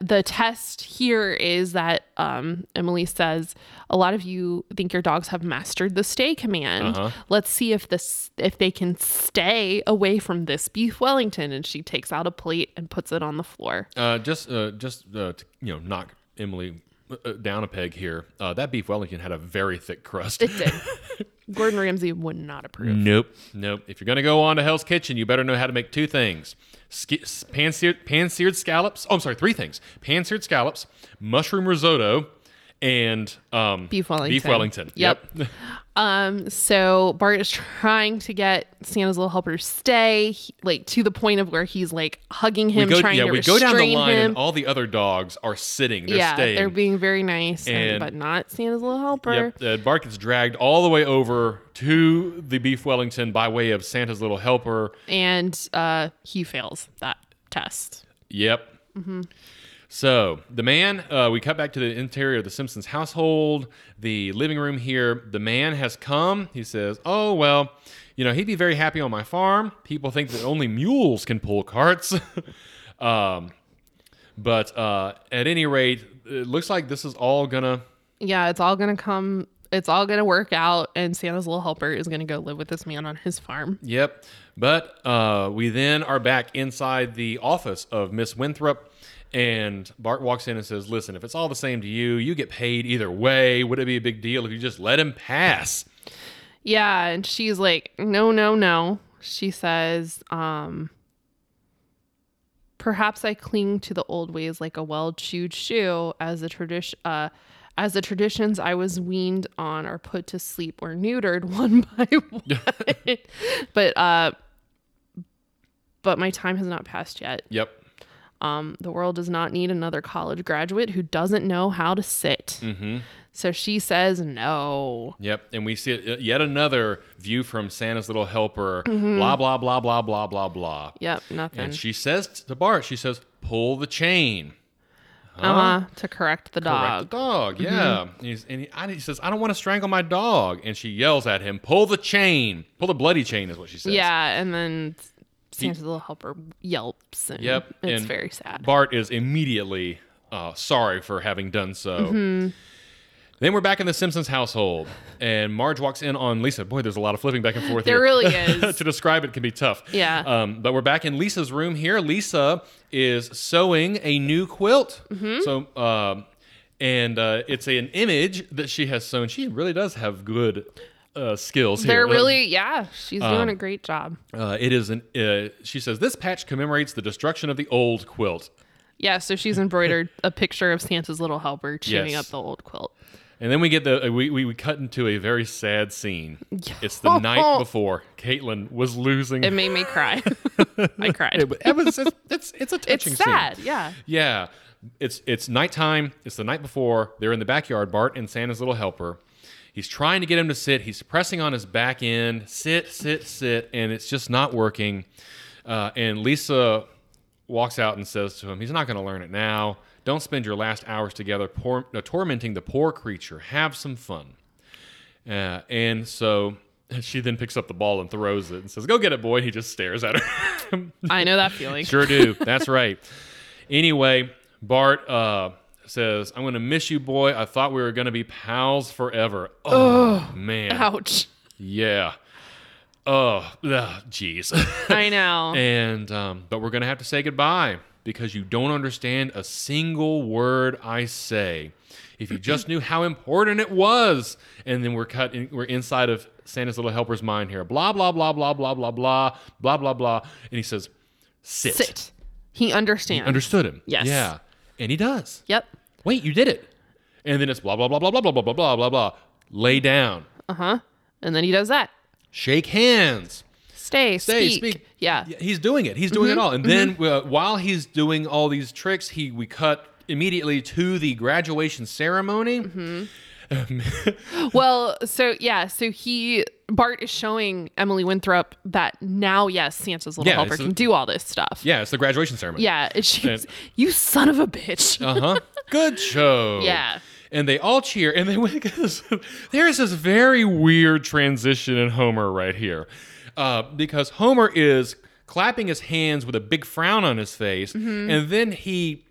the test here is that um, Emily says a lot of you think your dogs have mastered the stay command.
Uh-huh.
Let's see if this if they can stay away from this beef Wellington. And she takes out a plate and puts it on the floor.
Uh, just, uh, just uh, to, you know, knock Emily uh, down a peg here. Uh, that beef Wellington had a very thick crust.
It did. Gordon Ramsay would not approve.
Nope. Nope. If you're going to go on to Hell's Kitchen, you better know how to make two things Ski- s- pan-seared, pan-seared scallops. Oh, I'm sorry, three things pan-seared scallops, mushroom risotto, and um,
Beef Wellington.
Beef Wellington.
Yep. Um, so Bart is trying to get Santa's little helper to stay, he- like to the point of where he's like hugging
We
him,
go,
trying
yeah,
to
we go
restrain
down the line,
him.
and all the other dogs are sitting. They're
yeah,
staying.
they're being very nice, and,
And-
but not Santa's little helper.
Yep, uh, Bart gets dragged all the way over to the Beef Wellington by way of Santa's Little Helper.
And uh, he fails that test.
Yep. So the man, uh, we cut back to the interior of the Simpsons household, the living room here. The man has come. He says, Oh, well, you know, he'd be very happy on my farm. People think that only mules can pull carts. um, but uh, at any rate, it looks like this is all going to.
Yeah, it's all gonna come. It's all gonna work out, and Santa's little helper is gonna go live with this man on his farm.
Yep. But uh, we then are back inside the office of Miss Winthrop. And Bart walks in and says, Listen, if it's all the same to you, you get paid either way. Would it be a big deal if you just let him pass?
Yeah, and she's like, "No, no, no." She says, um, "Perhaps I cling to the old ways like a well-chewed shoe, as the tradition, uh, as the traditions I was weaned on are put to sleep or neutered one by one." but uh, but my time has not passed yet.
Yep.
Um, the world does not need another college graduate who doesn't know how to sit. So she says, "No."
Yep. And we see uh, yet another view from Santa's little helper
Mm-hmm.
blah, blah, blah, blah, blah, blah, blah.
Yep, nothing.
And she says to Bart, She says, Pull the chain.
uh-huh, to correct the
Correct
dog. Mm-hmm.
the dog, yeah. And, he's, and he, I, he says, I don't want to strangle my dog. And she yells at him, Pull the chain. Pull the bloody chain, is what she says.
Yeah, and then Santa's little helper yelps. And
Yep,
it's
and
very sad.
Bart is immediately uh, sorry for having done so. Then we're back in the Simpsons household, and Marge walks in on Lisa. Boy, there's a lot of flipping back and forth
There
here.
really is.
to describe it can be tough.
Yeah.
Um, but we're back in Lisa's room here. Lisa is sewing a new quilt.
Mm-hmm.
So, um, and uh, it's an image that she has sewn. She really does have good uh, skills
They're
here. Um,
really, yeah, she's doing a great job.
Uh, it is an. Uh, she says this patch commemorates the destruction of the old quilt.
Yeah, so she's embroidered a picture of Santa's little helper chewing
Yes.
up the old quilt.
And then we get the uh, we, we we cut into a very sad scene. It's the night before Caitlin was losing.
It made me cry. I cried.
It was- it's, it's it's a touching
It's
scene.
sad, yeah.
Yeah, it's it's nighttime. It's the night before. They're in the backyard. Bart and Santa's little helper. He's trying to get him to sit. He's pressing on his back end. Sit, sit, sit, and it's just not working. Uh, and Lisa walks out and says to him, "He's not going to learn it now. Don't spend your last hours together por- uh, tormenting the poor creature. Have some fun." Uh, and so she then picks up the ball and throws it and says, "Go get it, boy." And he just stares at her.
I know that feeling.
Sure do. That's right. Anyway, Bart uh, says, I'm going to miss you, boy. I thought we were going to be pals forever. Oh, man.
Ouch.
Yeah. Oh, ugh, jeez.
I know.
and, um, but we're going to have to say goodbye because you don't understand a single word I say. If you just knew how important it was. And then we're cut. In, we're inside of Santa's little helper's mind here. Blah blah blah blah blah blah blah blah blah blah. And he says, "Sit."
Sit. He understands.
Understood him.
Yes.
Yeah. And he does.
yep.
Wait, you did it. And then it's blah blah blah blah blah blah blah blah blah blah blah. Lay down.
And then he does that.
Shake hands.
Stay,
Stay,
speak.
speak.
Yeah. Mm-hmm.
Yeah, he's doing it. He's doing it all. And then uh, while he's doing all these tricks, he we cut immediately to the graduation ceremony.
Mm-hmm. Well, so yeah, so he Bart is showing Emily Winthrop that now yes, Santa's little
Yeah,
helper
it's a-
can do all this stuff.
Yeah, it's the graduation ceremony.
Yeah, and she's
And-
you son of a bitch.
Uh huh. Good show.
Uh-huh. Yeah.
And they all cheer, and they went. There's this very weird transition in Homer right here, uh, because Homer is clapping his hands with a big frown on his face, and then he,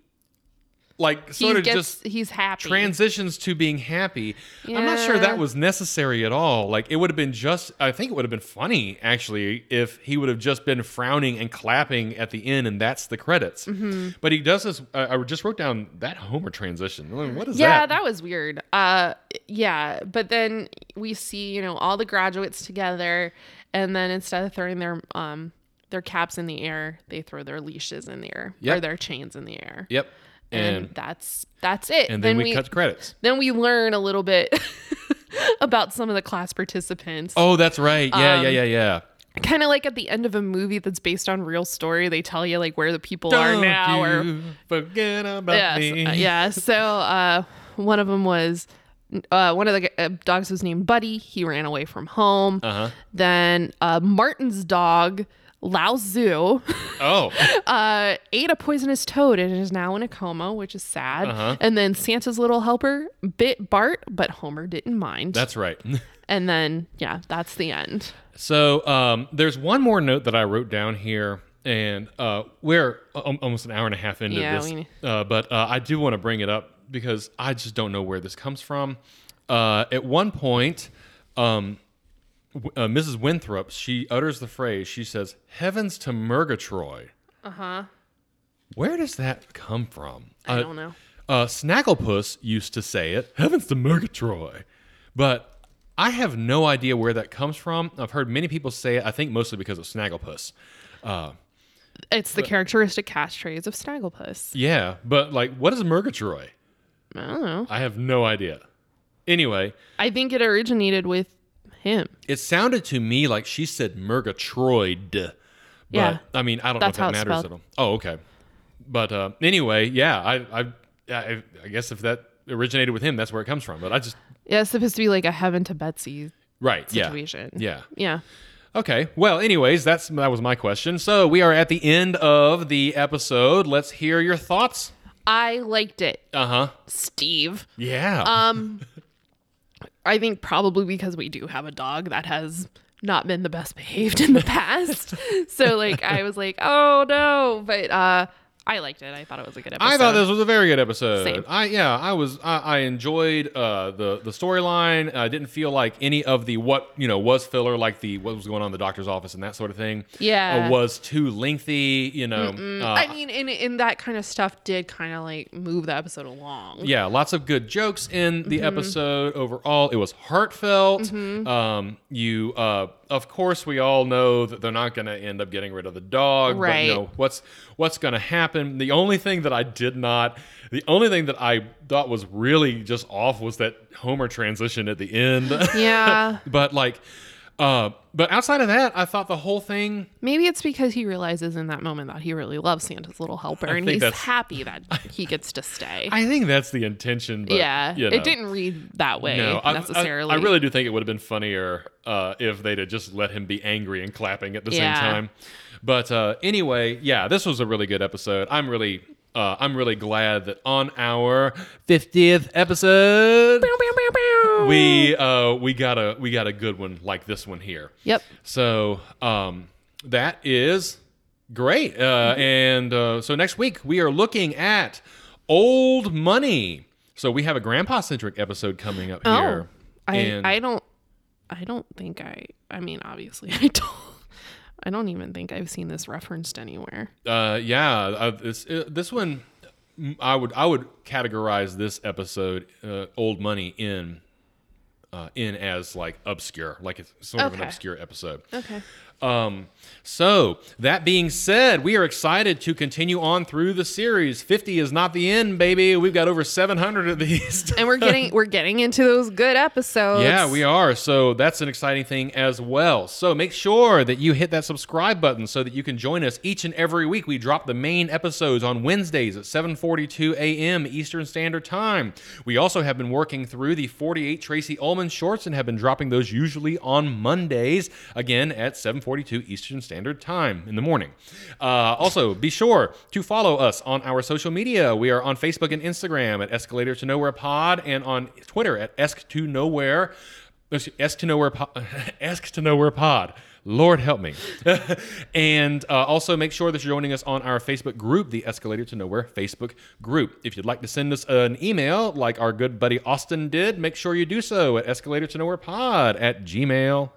like,
Mm-hmm. he
sort of
gets
just
he's happy.
transitions to being happy. I'm not sure
Yeah.
that was necessary at all. Like it would have been just I think it would have been funny actually if he would have just been frowning and clapping at the end and that's the credits.
Mm-hmm.
But he does this I I just wrote down that Homer transition. I mean, What is
yeah,
that?
that was weird. Uh yeah, but then we see, you know, all the graduates together and then instead of throwing their um their caps in the air, they throw their leashes in the air or
Yep.
their chains in the air.
Yep.
And,
And and,
that's that's it.
then, we, cut credits.
then we learn a little bit about some of the class participants.
Oh, that's right. Yeah,
Um,
yeah, yeah, yeah.
Kind of like at the end of a movie that's based on real story, they tell you like where the people are now or
you forget about
yes,
me.
uh, yeah. So uh, one of them was uh, one of the g- uh, dogs was named Buddy. He ran away from home.
Uh-huh.
Then uh, Martin's dog Lao Tzu
Oh.
uh, ate a poisonous toad and is now in a coma, which is sad.
Uh-huh.
And then Santa's little helper bit Bart, but Homer didn't mind.
That's right.
and then yeah, that's the end.
So um, there's one more note that I wrote down here, and uh, we're al- almost an hour and a half into
Yeah,
this,
we-
uh, but uh, I do want to bring it up because I just don't know where this comes from. Uh, at one point, um, w- uh, Mrs. Winthrop she utters the phrase. She says, "Heavens to Murgatroyd." Uh huh. Where does that come from?
Uh-huh. I
Uh,
don't know.
uh, Snagglepuss used to say it, heavens to Murgatroyd. But I have no idea where that comes from. I've heard many people say it, I think mostly because of Snagglepuss.
It's the characteristic catchphrase of Snagglepuss.
Yeah, but like, what is Murgatroyd?
I don't know.
I have no idea. Anyway,
I think it originated with him.
it sounded to me like she said Murgatroyd. But,
Yeah.
I mean, I don't
That's
know
how
if
it's
that matters
spelled.
at all. Oh, okay. But uh, anyway, yeah, I, I, I, I guess if that originated with him, that's where it comes from. But I just,
Yeah, it's supposed to be like a heaven to Betsy
right, yeah.
situation.
Yeah.
Yeah.
Okay. Well, anyways, that's that was my question. So we are at the end of the episode. Let's hear your thoughts.
I liked it,
Uh huh.
Steve.
Yeah.
Um I think probably because we do have a dog that has not been the best behaved in the past. so like I was like, "Oh no." But uh I liked it. I thought it was a good episode.
I thought this was a very good episode.
Same.
I yeah, I was I, I enjoyed uh, the the storyline. I didn't feel like any of the what you know was filler, like the what was going on in the doctor's office and that sort of thing.
Yeah.
uh, was too lengthy. You know, uh,
I mean, and, and that kind of stuff did kind of like move the episode along.
yeah, lots of good jokes in the
Mm-hmm.
episode overall. It was heartfelt. Um, you, uh, of course, we all know that they're not going to end up getting rid of the dog.
Right.
But, you know, what's what's going to happen? The only thing that I did not, the only thing that I thought was really just off was that Homer transition at the end.
Yeah.
but like, uh, but outside of that, I thought the whole thing
Maybe it's because he realizes in that moment that he really loves Santa's little helper and
think
he's
that's-
happy that he gets to stay.
I think that's the intention. But,
yeah.
you know.
It didn't read that way
I- I-
necessarily.
I, really do think it would have been funnier uh, if they'd have just let him be angry and clapping at the
Yeah.
same time. But uh, anyway, yeah, this was a really good episode. I'm really, uh, I'm really glad that on our 50th episode, we uh, we got a we got a good one like this one here.
Yep.
So um, that is great. Uh, And uh, so next week we are looking at old money. So we have a grandpa centric episode coming up
Oh.
here.
I,
And-
I don't I don't think I I mean obviously I don't I don't even think I've seen this referenced anywhere.
Uh, yeah, uh, this uh, this one. m- I would I would categorize this episode, uh, Old Money, in uh, in as like obscure, like it's sort of an
Okay.
obscure episode.
Okay.
Um, so that being said, we are excited to continue on through the series. Fifty is not the end, baby. We've got over seven hundred of these.
And we're getting we're getting into those good episodes.
Yeah, we are. So that's an exciting thing as well. So make sure that you hit that subscribe button so that you can join us each and every week. We drop the main episodes on Wednesdays at 7:42 a.m. Eastern Standard Time. We also have been working through the 48 Tracy Ullman shorts and have been dropping those usually on Mondays, again at 7:42 Eastern Standard Time in the morning. Uh, also, be sure to follow us on our social media. We are on Facebook and Instagram at Escalator to Nowhere Pod and on Twitter at Esk to Nowhere. Esk to Nowhere Pod. Esk to Nowhere Pod. Lord help me. and uh, also make sure that you're joining us on our Facebook group, the Escalator to Nowhere Facebook group. If you'd like to send us an email, like our good buddy Austin did, make sure you do so at escalator to nowhere pod at gmail.com.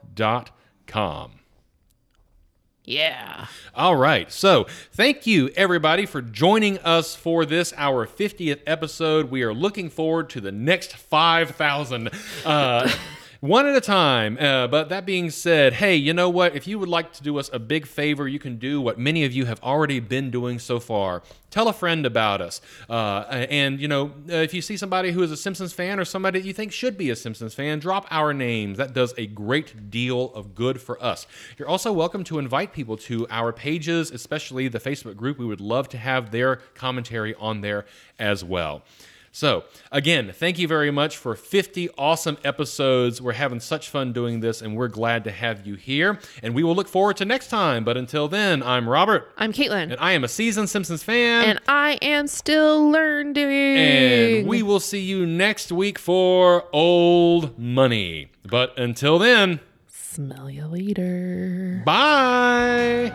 Yeah.
All right. So, thank you everybody for joining us for this our 50th episode. We are looking forward to the next 5,000. Uh One at a time. Uh, but that being said, hey, you know what? If you would like to do us a big favor, you can do what many of you have already been doing so far. Tell a friend about us. Uh, and, you know, uh, if you see somebody who is a Simpsons fan or somebody that you think should be a Simpsons fan, drop our names. That does a great deal of good for us. You're also welcome to invite people to our pages, especially the Facebook group. We would love to have their commentary on there as well. So, again, thank you very much for 50 awesome episodes. We're having such fun doing this, and we're glad to have you here. And we will look forward to next time. But until then, I'm Robert,
I'm Caitlin.
and I am a seasoned Simpsons fan.
And I am still learning.
and we will see you next week for Old Money. But until then,
smell you later.
bye.